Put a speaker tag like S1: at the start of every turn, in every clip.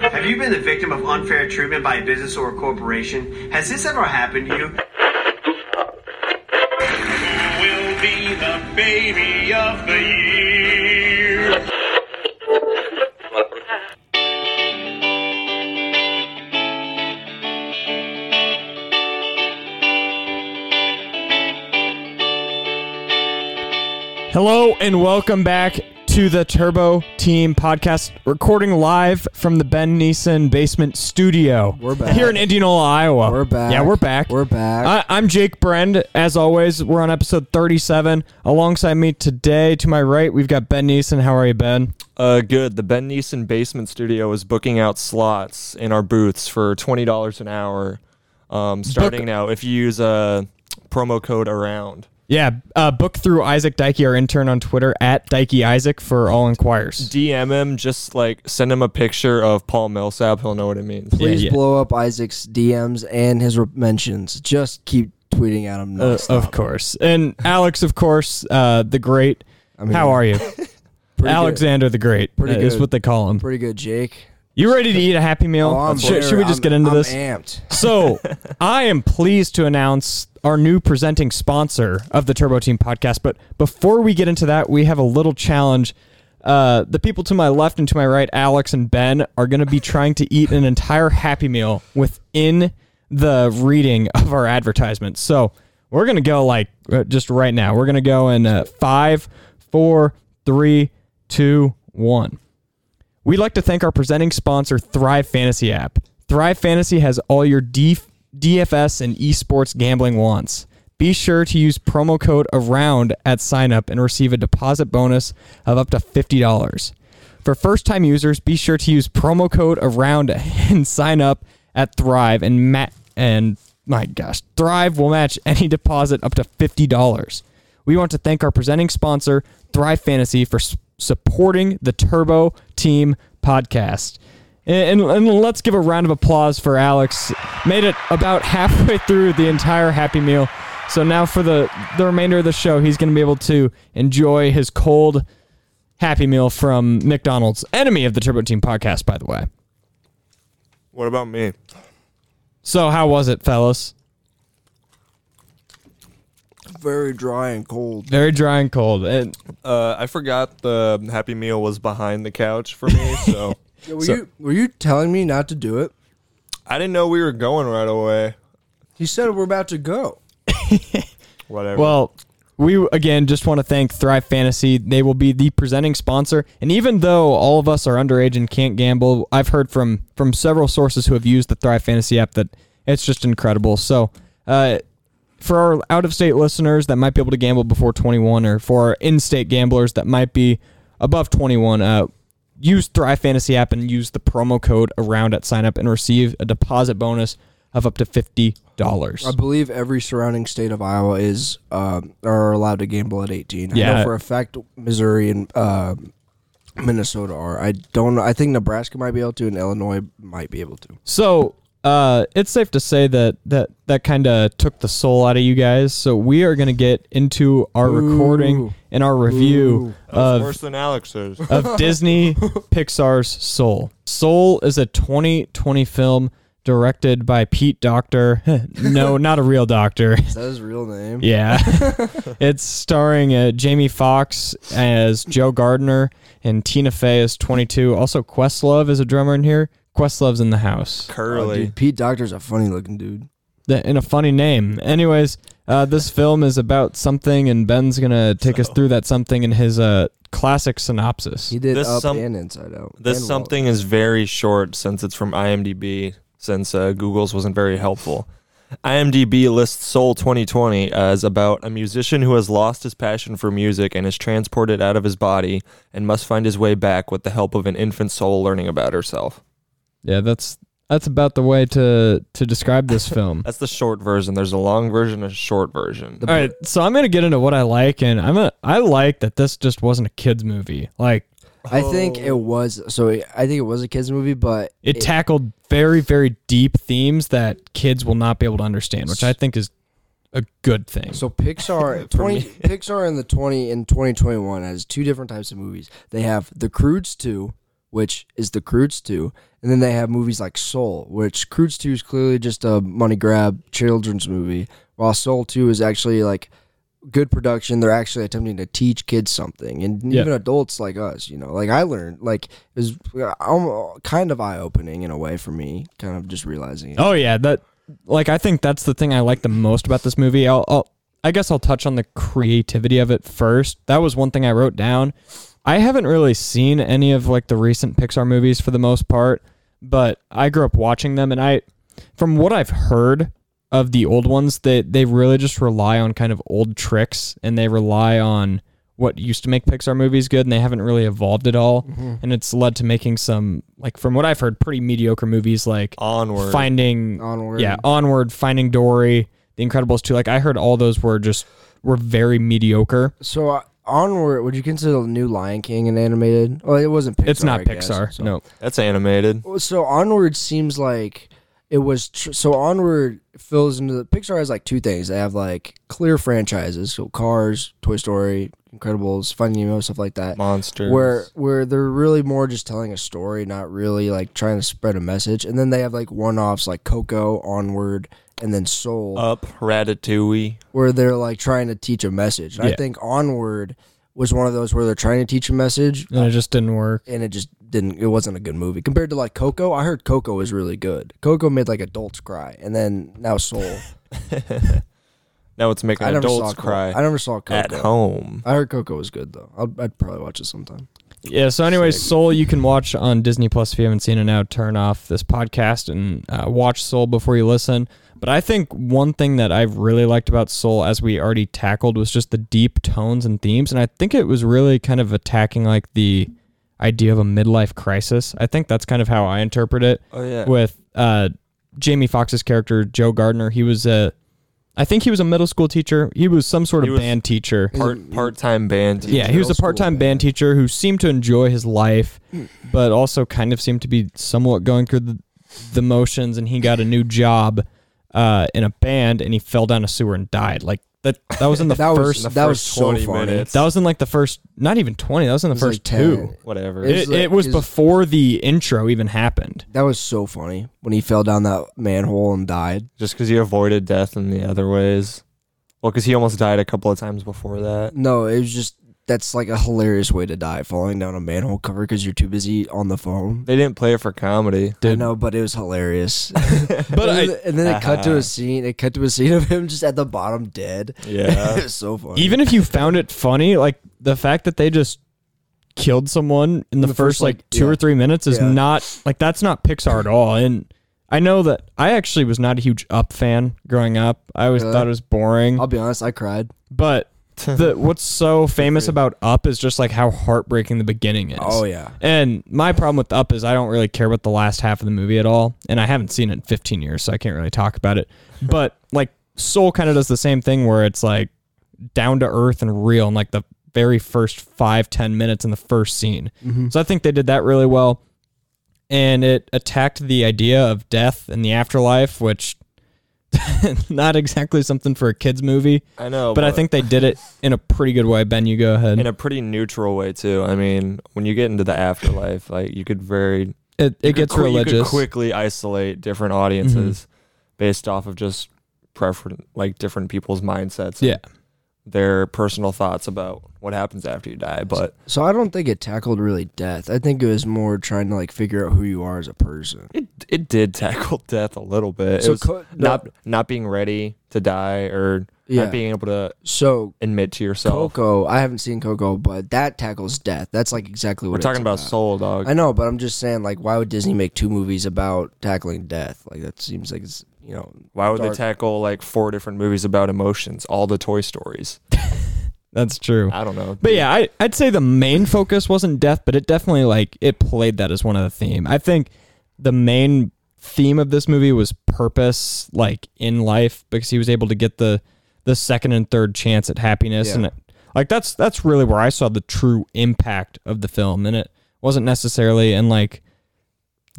S1: Have you been the victim of unfair treatment by a business or a corporation? Has this ever happened to you?
S2: Who will be the baby of the year?
S3: Hello and welcome back to the Turbo Team podcast, recording live from the Ben Neeson basement studio.
S4: We're back.
S3: here in Indianola, Iowa.
S4: We're back.
S3: Yeah, we're back.
S4: We're back.
S3: I, I'm Jake Brend. As always, we're on episode 37. Alongside me today, to my right, we've got Ben Neeson. How are you, Ben?
S5: Uh, good. The Ben Neeson Basement Studio is booking out slots in our booths for twenty dollars an hour, um, starting now. If you use uh, promo code around,
S3: Yeah, uh, book through Isaac Dikey, our intern on Twitter at Dikey Isaac for all inquires.
S5: DM him. Just like send him a picture of Paul Millsap. He'll know what it means.
S4: Please
S3: yeah.
S4: blow up Isaac's DMs and his re- mentions. Just keep tweeting at him.
S3: Uh,
S4: nonstop.
S3: of course, and Alex, of course, uh, the great. How are you,
S4: Pretty
S3: Alexander the Great?
S4: Pretty
S3: uh, is
S4: good.
S3: what they call him.
S4: Good. Pretty good, Jake.
S3: You ready to eat a Happy Meal?
S4: Oh, I'm
S3: Sh- should,
S4: there.
S3: we just
S4: I'm-
S3: get into
S4: I'm
S3: this?
S4: amped.
S3: So, I am pleased to announce our new presenting sponsor of the Turbo Team podcast. But before we get into that, we have a little challenge. Uh, the people to my left and to my right, Alex and Ben, are going to be trying to eat an entire Happy Meal within the reading of our advertisement. So, we're going to go like uh, just right now. We're going to go in uh, five, four, three, two, one. We'd like to thank our presenting sponsor, Thrive Fantasy app. Thrive Fantasy has all your D- DFS and esports gambling wants. Be sure to use promo code AROUND at signup and receive a deposit bonus of up to $50. For first time users, be sure to use promo code AROUND and sign up at Thrive and ma- and my gosh, Thrive will match any deposit up to $50. We want to thank our presenting sponsor, Thrive Fantasy, for s- supporting the Turbo Team podcast. And, and, and let's give a round of applause for Alex. Made it about halfway through the entire Happy Meal. So now for the, the remainder of the show, he's going to be able to enjoy his cold Happy Meal from McDonald's, enemy of the Turbo Team podcast, by the way.
S5: What about me?
S3: So how was it, fellas?
S4: Very dry and cold.
S3: Very dry and cold. And
S5: Uh, I forgot the Happy Meal was behind the couch for me, so
S4: Yeah, were you were you telling me not to do it?
S5: I didn't know we were going right away.
S4: He said we're about to go.
S5: Whatever.
S3: Well, we again just want to thank Thrive Fantasy. They will be the presenting sponsor. And even though all of us are underage and can't gamble, I've heard from from several sources who have used the Thrive Fantasy app that it's just incredible. So, uh, for our out of state listeners that might be able to gamble before 21, or for our in state gamblers that might be above 21, uh, use Thrive Fantasy app and use the promo code around at sign up and receive a deposit bonus of up to fifty dollars.
S4: I believe every surrounding state of Iowa is um, are allowed to gamble at 18. I
S3: Yeah.
S4: know for a fact Missouri and uh, Minnesota are. I don't. know. I think Nebraska might be able to, and Illinois might be able to.
S3: So uh, it's safe to say that that that kind of took the soul out of you guys. So we are gonna get into our recording and our review
S5: That's
S3: of
S5: worse than Alex's.
S3: of Disney Pixar's Soul. Soul is a 2020 film directed by Pete Doctor. no, not a real doctor.
S4: Is that his real name?
S3: Yeah. it's starring uh, Jamie Foxx as Joe Gardner and Tina Fey as 22. Also, Questlove is a drummer in here. Questlove's in the house.
S4: Oh,
S5: Curly.
S4: dude, Pete Doctor's a funny looking dude.
S3: th- and a funny name. Anyways, uh, this film is about something, and Ben's gonna take us through that something in his uh, classic synopsis.
S4: He did
S5: This
S4: up
S5: some-
S4: and Inside Out.
S5: This
S4: and Wall.
S5: something is very short since it's from IMDb, since uh, Google's wasn't very helpful. IMDb lists Soul 2020 as about a musician who has lost his passion for music and is transported out of his body and must find his way back with the help of an infant soul learning about herself.
S3: Yeah, that's that's about the way to to describe this film.
S5: That's the short version. There's a long version, and a short version.
S3: All right, so I'm gonna get into what I like, and I'm gonna I like that this just wasn't a kids movie. Like
S4: I think
S5: Oh.
S4: it was. So I think it was a kids movie, but
S3: it, tackled very very deep themes that kids will not be able to understand, which I think is a good thing.
S4: So Pixar twenty Pixar in the twenty in twenty twenty one has two different types of movies. They have The Croods two, which is the Croods 2. And then they have movies like Soul, which Croods 2 is clearly just a money grab children's movie, while Soul 2 is actually like good production. They're actually attempting to teach kids something, and
S3: Yeah.
S4: even adults like us, you know. Like I learned, like it was uh, almo- kind of eye opening in a way for me, kind of just realizing it.
S3: Oh yeah, that like I think that's the thing I like the most about this movie. I'll, I'll I guess I'll touch on the creativity of it first. That was one thing I wrote down. I haven't really seen any of like the recent Pixar movies for the most part, but I grew up watching them and I from what I've heard of the old ones, they they really just rely on kind of old tricks and they rely on what used to make Pixar movies good and they haven't really evolved at all. And it's led to making some like from what I've heard pretty mediocre movies like
S5: Onward.
S3: finding
S4: Onward.
S3: yeah onward finding dory the incredibles 2 like i heard all those were just were very mediocre
S4: So uh, onward, would you consider the new Lion King an animated? Well, it wasn't. Pixar,
S3: it's not
S4: I guess,
S3: pixar
S4: so.
S3: no
S5: That's animated.
S4: Well, So onward seems like it was. Tr- so onward fills into the Pixar has like two things. They have like clear franchises, so Cars, Toy Story, Incredibles, Finding Nemo, stuff like that.
S5: Monsters.
S4: where where they're really more just telling a story, not really like trying to spread a message. And then they have like one offs like Coco, Onward, and then Soul,
S5: Up, Ratatouille.
S4: where they're like trying to teach a message. And
S3: Yeah.
S4: I think Onward was one of those where they're trying to teach a message,
S3: and it just didn't work
S4: and it just didn't. It wasn't a good movie compared to like Coco. I heard Coco was really good. Coco made like adults cry, and then now Soul.
S5: Now it's making
S4: I never saw
S5: adults
S4: Coco.
S5: cry
S4: I never saw
S5: at
S4: Coco.
S5: home.
S4: I heard Coco was good though. I'd, I'd probably watch it sometime.
S3: yeah so anyways soul you can watch on disney plus if you haven't seen it now turn off this podcast and uh, watch soul before you listen but i think one thing that i really liked about soul as we already tackled was just the deep tones and themes and i think it was really kind of attacking like the idea of a midlife crisis i think that's kind of how i interpret it
S5: Oh yeah.
S3: with uh, Jamie Foxx's character Joe Gardner. He was a, I think he was a middle school teacher. He was some sort
S5: He
S3: of
S5: was-
S3: band teacher.
S5: Part part time band. teacher.
S3: Yeah, he was
S4: middle
S3: a
S4: school Mm.
S3: part-time
S4: band.
S3: band teacher who seemed to enjoy his life, but also kind of seemed to be somewhat going through the, the motions. And he got a new job uh, in a band, and he fell down a sewer and died. Like that. That was in the
S4: That
S3: first.
S4: was that was so
S5: 20
S4: funny.
S5: minutes.
S3: that was in like the first, not even twenty. That was in the
S4: It was like
S3: first two.
S4: 10.
S5: Whatever.
S4: It-
S3: It,
S4: was like-
S3: it was
S4: it was-
S3: before the intro even happened.
S4: That was so funny when he fell down that manhole and died.
S5: Just because he avoided death in the other ways. Well, because he almost died a couple of times before that.
S4: No, it was just that's like a hilarious way to die, falling down a manhole cover because you're too busy on the phone.
S5: They didn't play it for comedy.
S4: I know, but it was hilarious.
S3: But
S4: and,
S3: I,
S4: then, and then it cut to
S5: uh-huh.
S4: a scene. It cut to a scene of him just at the bottom dead.
S5: Yeah.
S4: it was so funny.
S3: even if you found it funny, like the fact that they just killed someone in the, first, like, two
S4: yeah.
S3: or three minutes is
S4: Yeah.
S3: not like that's not Pixar at all. And I know that I actually was not a huge Up fan growing up. I always
S4: Really?
S3: thought it was boring.
S4: I'll be honest, I cried.
S3: But the what's so famous about Up is just like how heartbreaking the beginning is.
S4: Oh yeah,
S3: And my problem with Up is I don't really care about the last half of the movie at all, and I haven't seen it in 15 years, so I can't really talk about it. But like Soul kind of does the same thing where it's like down to earth and real, and like the very first five ten minutes in the first scene.
S4: Mm-hmm.
S3: So I think they did that really well, and it attacked the idea of death and the afterlife, which not exactly something for a kids movie,
S5: I know.
S3: but I think they did it in a pretty good way. Ben, you go ahead.
S5: in a pretty neutral way too. I mean, when you get into the afterlife, like you could very
S3: It, it gets
S5: you could
S3: religious. Mm-hmm.
S5: quickly isolate different audiences based off of just preference, like different people's mindsets. and
S3: Yeah.
S5: their personal thoughts about what happens after you die. But
S4: so I don't think it tackled really death. I think it was more trying to like figure out who you are as a person.
S5: it it did tackle death a little bit.
S4: So
S5: it was
S4: co- no-
S5: not not being ready to die or
S4: Yeah.
S5: not being able to
S4: So
S5: admit to yourself.
S4: Coco, I haven't seen Coco, but that tackles death. That's like exactly what
S5: We're
S4: it's
S5: talking about soul, dog.
S4: I know, but I'm just saying, like, why would Disney make two movies about tackling death? Like, that seems like it's you know.
S5: Why would they
S4: dark.
S5: tackle like four different movies about emotions? All the Toy Stories.
S3: That's true.
S5: I don't know.
S3: But yeah, I, I'd say the main focus wasn't death, but it definitely like it played that as one of the theme. I think the main theme of this movie was purpose, like in life, because he was able to get the the second and third chance at happiness,
S4: Yeah.
S3: and it, like that's that's really where I saw the true impact of the film, and it wasn't necessarily in like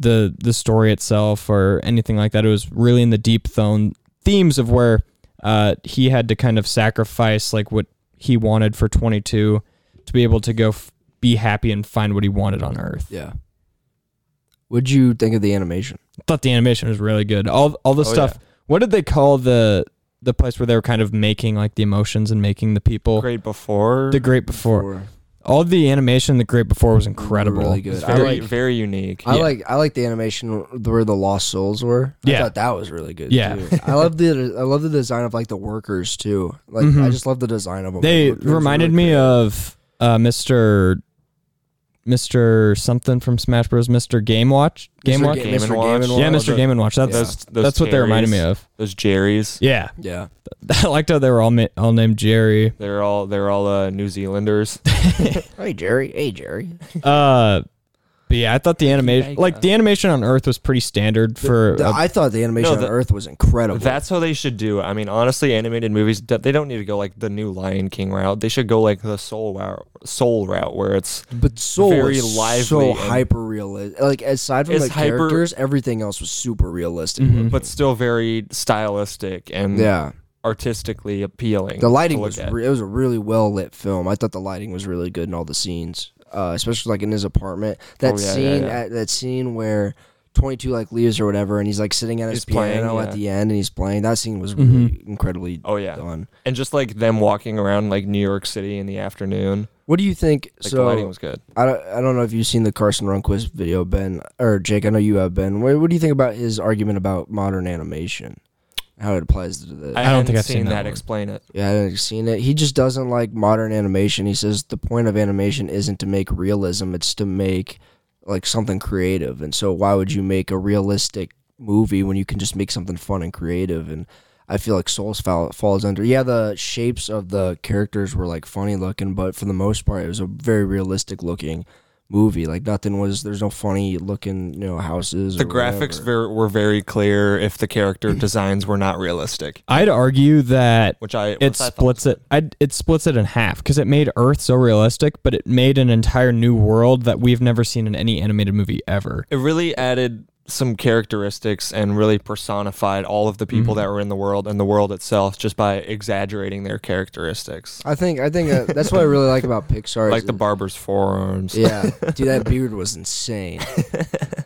S3: the the story itself or anything like that. It was really in the deep thone themes of where uh, he had to kind of sacrifice like what he wanted for 22 to be able to go f- be happy and find what he wanted on Earth.
S4: Yeah, What'd you think of the animation?
S3: thought the animation was really good. All all
S4: Oh,
S3: the stuff. What did they call the the place where they were kind of making like the emotions and making the people?
S5: Great before.
S3: The Great Before.
S4: Or-
S3: All the animation, in the Great Before was incredible.
S4: Really good. I
S5: very,
S4: like.
S5: very unique.
S4: I like I like the animation where the lost souls were. I
S3: Yeah.
S4: thought that was really good.
S3: Yeah.
S4: too. I love the I love the design of like the workers too. Like I just love the design of
S3: Mm-hmm.
S4: them.
S3: They
S4: It was really
S3: reminded me of uh, Mr. Mr. something from Smash Bros. Mr. Game Watch. Game
S4: Mr.
S3: Watch.
S4: Game
S5: and Watch.
S3: yeah,
S4: Watch.
S3: Mr. Game and Watch. That's
S5: Those- those
S3: that's what they reminded me
S5: Terrys.
S3: of.
S5: Those Jerry's.
S3: Yeah,
S4: Yeah,
S3: I liked how they were all ma- all named Jerry.
S5: They're all they're all uh, New Zealanders.
S4: Hey Jerry. Hey Jerry.
S3: Uh, but yeah, I thought the animation, like the animation on Earth, was pretty standard for. uh,
S4: The-
S3: a-
S4: I thought the animation
S5: No,
S4: on
S5: the-
S4: Earth was incredible.
S5: That's how they should do. it. I mean, honestly, animated movies d- they don't need to go like the new Lion King route. They should go like the Soul route, Soul route where it's
S4: but Soul
S5: very
S4: was
S5: lively
S4: so
S5: and-
S4: hyper realistic. Like aside from
S5: It's
S4: the
S5: hyper-
S4: characters, everything else was super realistic.
S3: Mm-hmm.
S5: but still very stylistic and
S4: Yeah,
S5: artistically appealing.
S4: the lighting
S5: to look
S4: was
S5: at.
S4: re- it was a really well lit film. I thought the lighting was really good in all the scenes, uh, especially like in his apartment. That
S5: Oh, yeah, yeah,
S4: scene,
S5: yeah.
S4: At, that scene where Twenty Two like leaves or whatever, and he's like sitting at his
S5: He's playing,
S4: piano
S5: yeah.
S4: at the end, and he's playing. That scene was really incredibly
S5: Oh, yeah.
S4: done.
S5: and just like them walking around like New York City in the afternoon.
S4: What do you think?
S5: Like the
S4: so
S5: lighting was good.
S4: I don't, I don't know if you've seen the Carson Runquist video, Ben or Jake. I know you have, Ben. What, what do you think about his argument about modern animation? How it applies to the
S5: I,
S3: don't
S5: hadn't
S3: think I've
S5: seen,
S3: seen that
S5: that.
S3: one.
S5: Explain it.
S4: Yeah, I haven't seen it. He just doesn't like modern animation. He says the point of animation isn't to make realism; it's to make like something creative. And so, why would you make a realistic movie when you can just make something fun and creative? And I feel like Souls fall, falls under. Yeah, the shapes of the characters were like funny looking, but for the most part, it was a very realistic looking movie. Like nothing was. There's no funny looking, you know, houses.
S5: The
S4: or
S5: graphics
S4: whatever.
S5: ver- were very clear. If the character designs were not realistic,
S3: I'd argue that
S5: which I
S3: it
S5: which I thought
S3: splits it. I'd, it splits it in half because it made Earth so realistic, but it made an entire new world that we've never seen in any animated movie ever.
S5: it really added some characteristics and really personified all of the
S3: Mm.
S5: people that were in the world and the world itself just by exaggerating their characteristics.
S4: I think I think uh, that's what I really like about Pixar. is
S5: Like the barber's forearms.
S4: Yeah, dude, that beard was insane.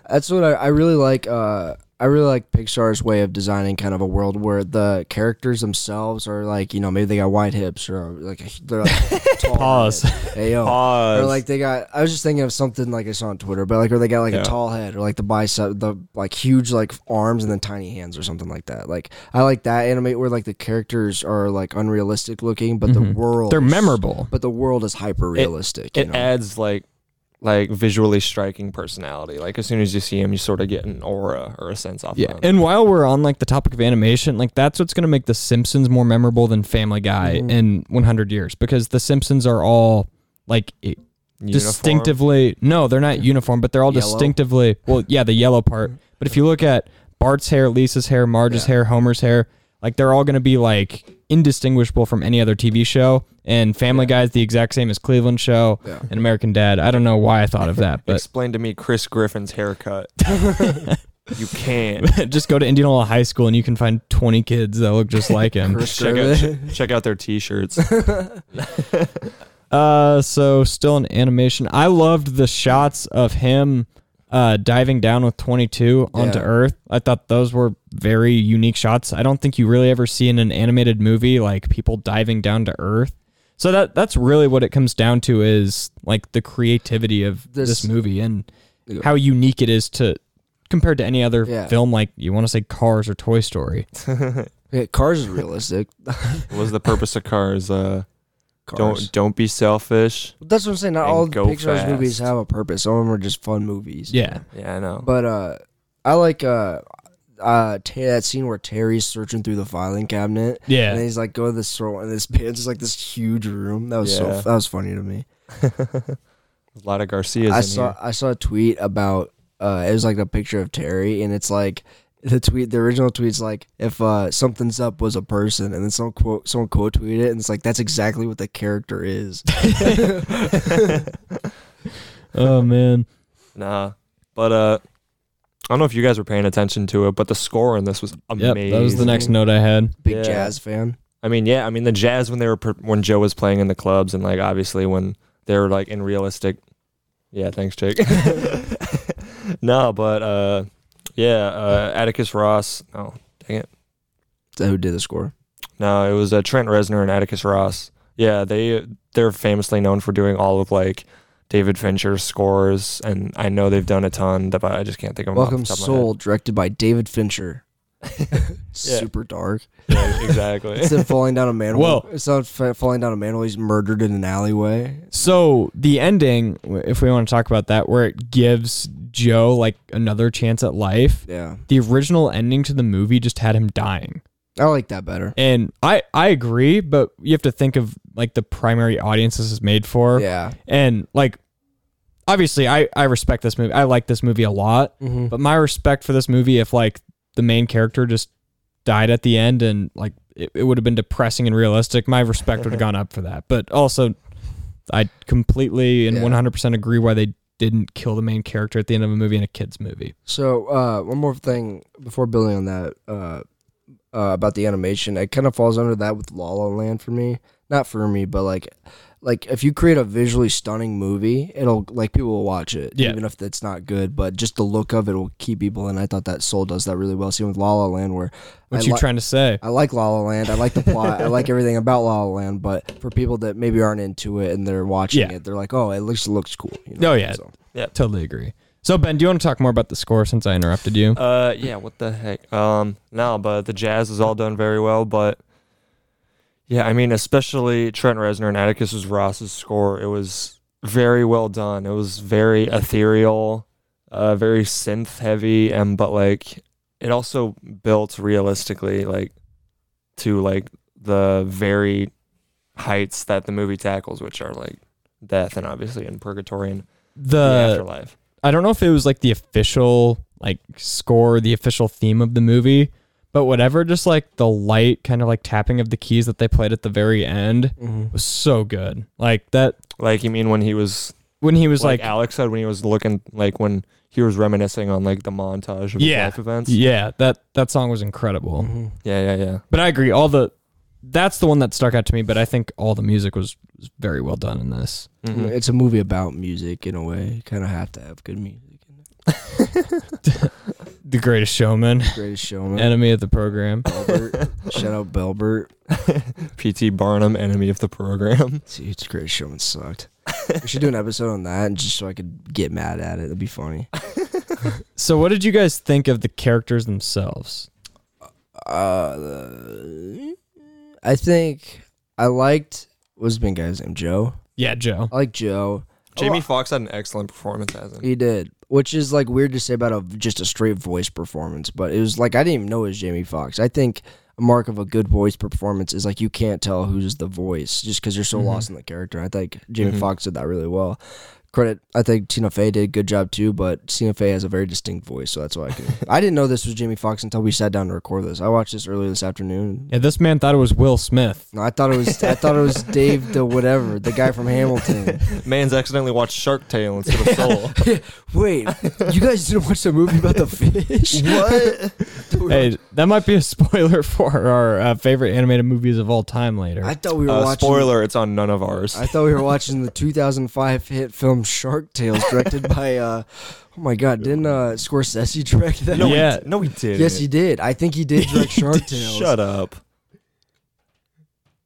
S4: That's what I, I really like. Uh, I really like Pixar's way of designing kind of a world where the characters themselves are like, you know, maybe they got wide hips or uh, like they're like tall.
S3: Pause.
S4: head. Hey yo.
S5: Pause.
S4: Or like they got. I was just thinking of something like I saw on Twitter, but like, or they got like
S5: Yeah.
S4: a tall head, or like the bicep, the like huge like arms and then tiny hands, or something like that. Like I like that anime where like the characters are like unrealistic looking, but the world
S3: They're memorable.
S4: But the world is hyper realistic.
S5: Mm-hmm. it
S4: you know?
S5: adds like like visually striking personality. Like as soon as you see him, you sort of get an aura or a sense off.
S3: Yeah,
S5: of him.
S3: and while we're on like the topic of animation, like that's what's gonna make The Simpsons more memorable than Family Guy
S5: Mm-hmm.
S3: in 100 years because The Simpsons are all like i-
S5: Uniform.
S3: distinctively. No, they're not uniform, but they're all
S4: Yellow?
S3: distinctively. Well, yeah, the yellow part. But if you look at Bart's hair, Lisa's hair, Marge's hair, Homer's hair, like they're all gonna be like indistinguishable from any other TV show. And Family Guy is the exact same as Cleveland Show and American Dad. I don't know why I thought of that, but
S5: Explain to me Chris Griffin's haircut. you can't.
S3: just go to Indianola High School and you can find 20 kids that look just like him.
S5: Check out, check, check out their t-shirts.
S3: Uh, so still in animation. I loved the shots of him uh, diving down with 22 onto
S4: Yeah.
S3: Earth. I thought those were very unique shots. I don't think you really ever see in an animated movie like people diving down to Earth. So that that's really what it comes down to is like the creativity of this,
S4: This-
S3: movie and how unique it is to compared to any other
S4: Yeah.
S3: film like you want to say Cars or Toy Story.
S4: Yeah, cars is realistic.
S5: What was the purpose of cars? Uh,
S4: Cars.
S5: don't don't be selfish.
S4: That's what I'm saying. Not
S5: and
S4: all the
S5: go
S4: Pixar's movies
S5: fast.
S4: have a purpose. Some of them are just fun movies.
S3: Yeah.
S5: Yeah, I know.
S4: But uh, I like uh, uh, Ta- that scene where Terry's searching through the filing cabinet.
S3: Yeah.
S4: And he's like, go to this store, and this pants is like this huge room. That was so.
S5: Yeah.
S4: That was funny to me.
S5: a lot of Garcias.
S4: I
S5: in
S4: saw.
S5: here.
S4: I saw a tweet about. Uh, it was like a picture of Terry, and it's like. The tweet, the original tweet's like, if uh, something's up was a person, and then someone quote, someone quote tweeted it, and it's like that's exactly what the character is.
S3: Oh man.
S5: Nah, but uh, I don't know if you guys were paying attention to it, but the score in this was
S3: Yep.
S5: amazing.
S3: That was the next note I had.
S4: Big
S5: Yeah.
S4: jazz fan.
S5: I mean, yeah, I mean the jazz when they were per- when Joe was playing in the clubs, and like obviously when they were like in realistic. Yeah, thanks, Jake. no, but uh, yeah, uh, Atticus Ross. Oh, dang it.
S4: Is that who did the score?
S5: No, it was uh, Trent Reznor and Atticus Ross. Yeah, they they're famously known for doing all of like David Fincher's scores, and I know they've done a ton, but I just can't think of them. off
S4: Welcome
S5: the top of my
S4: Soul, directed by David Fincher. Super dark.
S5: head. exactly.
S4: Instead of falling down a manhole,
S3: Well-
S4: instead of fa- falling down a manhole, he's murdered in an alleyway.
S3: So the ending, w- if we want to talk about that, where it gives Joe like another chance at life.
S4: Yeah,
S3: The original ending to the movie just had him dying.
S4: I like that better.
S3: And I I agree, but you have to think of like the primary audience this is made for.
S4: Yeah,
S3: And like obviously I I respect this movie. I like this movie a lot.
S4: Mhm.
S3: But my respect for this movie if like the main character just died at the end and like it, it would have been depressing and realistic, my respect would have gone up for that. But also I completely and
S4: Yeah.
S3: 100% agree why they didn't kill the main character at the end of a movie in a kids movie.
S4: So uh, one more thing before building on that uh, uh, about the animation, it kind of falls under that with La La Land for me. Not for me, but like, like if you create a visually stunning movie, it'll like people will watch it,
S3: Yeah.
S4: even if it's not good. But just the look of it will keep people. And I thought that Soul does that really well. Same with La La Land, where
S3: What
S4: I
S3: you
S4: li-
S3: trying to say?
S4: I like La La Land. I like the plot. I like everything about La La Land. But for people that maybe aren't into it and they're watching
S3: Yeah.
S4: it, they're like, "Oh, it looks looks cool." You
S3: Oh, yeah.
S4: So,
S3: Totally agree. So Ben, do you want to talk more about the score since I interrupted you?
S5: Uh, yeah. What the heck? Um, no, but the jazz is all done very well. But yeah, I mean, especially Trent Reznor and Atticus Ross's score. It was very well done. It was very ethereal, uh, very synth heavy, and but like it also built realistically, like to like the very heights that the movie tackles, which are like death and obviously in purgatory and
S3: The
S5: the afterlife.
S3: I don't know if it was like the official like score, the official theme of the movie, but whatever, just like the light kind of like tapping of the keys that they played at the very end
S4: mm-hmm.
S3: was so good. Like that
S5: Like you mean when he was
S3: when he was
S5: like,
S3: like,
S5: Alex said when he was looking like when he was reminiscing on like the montage of
S3: Yeah.
S5: his life events.
S3: yeah, that that song was incredible.
S5: yeah, yeah, yeah.
S3: But I agree, all the that's the one that stuck out to me, but I think all the music was, was very well done in this.
S4: It's a movie about music in a way. You kind of have to have good music. in it.
S3: The Greatest Showman,
S4: Greatest Showman.
S3: enemy of the program.
S4: Belbert. Shout out Belbert.
S5: PT Barnum, enemy of the program.
S4: Dude, Greatest Showman sucked. We should do an episode on that, and just so I could get mad at it. It'd be funny.
S3: So what did you guys think of the characters themselves?
S4: Uh, I think I liked what's been guy's name Joe.
S3: Yeah, Joe.
S4: I like Joe.
S5: Jamie Foxx had an excellent performance as him.
S4: He did, which is like weird to say about a just a straight voice performance, but it was like I didn't even know it was Jamie Foxx. I think a mark of a good voice performance is like you can't tell who's the voice just because you're so lost in the character. I think Jamie Foxx did that really well. Credit, I think Tina Fey did a good job too, but Tina Fey has a very distinct voice, so that's why I could. I didn't know this was Jamie Foxx until we sat down to record this. I watched this earlier this afternoon.
S3: Yeah, this man thought it was Will Smith.
S4: No, I thought it was I thought it was Dave the whatever, the guy from Hamilton.
S5: Man's accidentally watched Shark Tale instead of Soul.
S4: Wait, you guys didn't watch the movie about the fish? what?
S3: Hey, that might be a spoiler for our uh, favorite animated movies of all time later.
S4: I thought we were
S5: Uh,
S4: watching.
S5: spoiler, it's on none of ours.
S4: I thought we were watching the 2005 hit film Shark Tales, directed by. Uh, oh my God! Didn't uh, Scorsese direct that?
S5: no, he
S3: Yeah.
S5: d- no, he did.
S4: Yes, he did. I think he did direct Shark Tales.
S5: Shut up.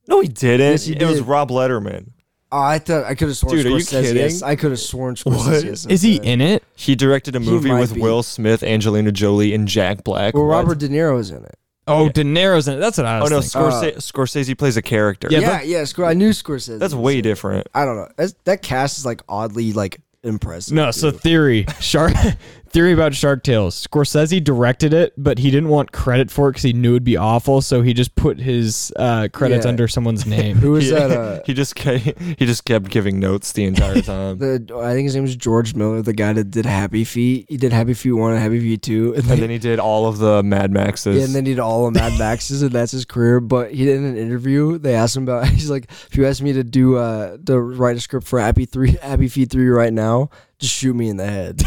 S5: No, he didn't.
S4: Yes, he
S5: It was
S4: did.
S5: Rob Letterman.
S4: Oh, I thought I could have sworn
S5: Dude, are you
S4: Scorsese. Yes,
S5: kidding?
S4: I could have sworn Scorsese. yes,
S3: Is he
S4: uh,
S3: in it?
S5: He directed a
S4: He
S5: movie
S4: might
S5: with
S4: be.
S5: Will Smith, Angelina Jolie, and Jack Black.
S4: Well,
S5: What?
S4: Robert De Niro is in it.
S3: Oh, De Niro's in it. That's what I
S5: Oh
S3: was
S5: no,
S3: thinking.
S5: Scorsese, Scorsese plays a character.
S3: Yeah,
S4: Uh, Yeah, yeah. Scor- I knew Scorsese.
S5: that's
S4: was
S5: way
S4: in it.
S5: different.
S4: I don't know. That's, that cast is like oddly like impressive.
S3: No, so
S4: dude.
S3: theory, shark, theory about Shark Tales. Scorsese directed it, but he didn't want credit for it because he knew it'd be awful, so he just put his uh, credits
S4: Yeah.
S3: under someone's name.
S4: who is
S5: Yeah.
S4: that? Uh,
S5: he just kept, he just kept giving notes the entire time.
S4: the I think his name is George Miller, the guy that did Happy Feet. He did Happy Feet one and Happy Feet two, and
S5: and
S4: then,
S5: then he did all of the Mad Maxes.
S4: yeah, and then he did all of Mad Max's, and that's his career. But he did an interview. They asked him about. He's like, if you ask me to do uh to write a script for Happy three Happy Feet three right now, just shoot me in the head.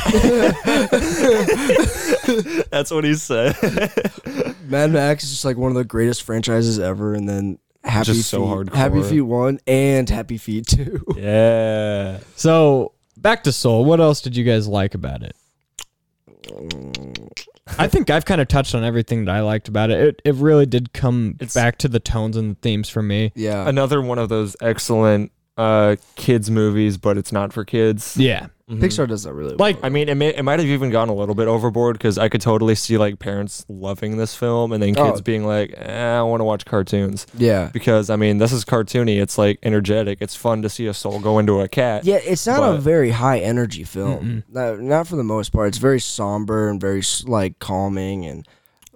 S5: That's what he said.
S4: Mad Max is just like one of the greatest franchises ever, and then. Happy
S5: Just so
S4: Feet,
S5: hardcore.
S4: Happy Feet one and Happy Feet two.
S5: yeah.
S3: so back to Soul. What else did you guys like about it? I think I've kind of touched on everything that I liked about it. It, it really did come
S5: It's-
S3: back to the tones and the themes for me.
S4: Yeah.
S5: Another one of those excellent uh, kids movies, but it's not for kids.
S3: Yeah.
S4: Pixar does that really well.
S3: Like
S5: I mean, it, may, it might have even gone a little bit overboard because I could totally see like parents loving this film and then kids
S4: Oh.
S5: being like, eh, "I want to watch cartoons."
S4: yeah.
S5: Because I mean, this is cartoony. It's like energetic. It's fun to see a soul go into a cat.
S4: Yeah, it's not a
S5: But-
S4: very high energy film. Not, not for the most part. It's very somber and very s- like calming and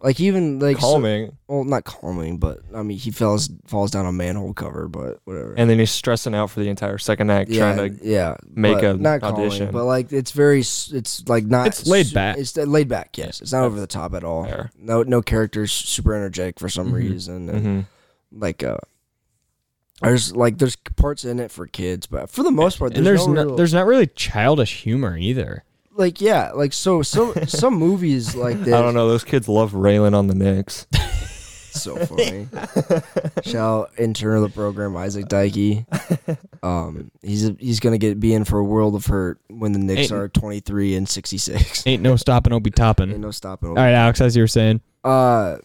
S4: like even like so-
S5: calming.
S4: well, not calming, but I mean he falls falls down a manhole cover, but whatever.
S5: and then he's stressing out for the entire second act
S4: yeah,
S5: trying to.
S4: yeah,
S5: make
S4: but
S5: a
S4: not
S5: audition.
S4: calming, but like it's very s- it's like not
S3: It's laid
S4: su-
S3: back.
S4: It's that laid back. Yes, it's not over the top at all.
S5: Fair.
S4: No, no characters super energetic for some reason. And,
S5: Mhm.
S4: Like uh, there's like there's parts in it for kids, but for the most part,
S3: and
S4: there's,
S3: there's
S4: no
S3: not,
S4: real-
S3: there's not really childish humor either.
S4: like yeah, like so some some movies like this.
S5: I don't know. Those kids love railing on the Knicks.
S4: So funny. Shall intern of the program Isaac Dyke. Um, he's he's gonna get be in for a world of hurt when the
S3: Ain't-
S4: Knicks are 23 and 66.
S3: Ain't no stopping Obi
S4: Ain't
S3: Toppin.
S4: no stopping.
S3: All right, Alex, as you were saying,
S4: Uh,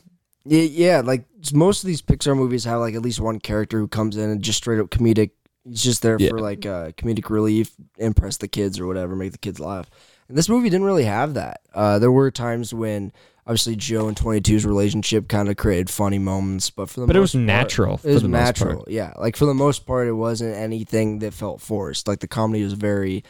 S4: yeah, yeah, like most of these Pixar movies have like at least one character who comes in and just straight up comedic. He's just there
S3: Yeah.
S4: for like uh, comedic relief, impress the kids or whatever, make the kids laugh. And this movie didn't really have that. Uh, there were times when obviously Joe and 22's relationship kind of created funny moments, but for the
S3: but it
S4: most
S3: was
S4: part-
S3: natural.
S4: it was
S3: for the
S4: natural,
S3: Most part.
S4: yeah. Like for the most part, it wasn't anything that felt forced. Like the comedy was very,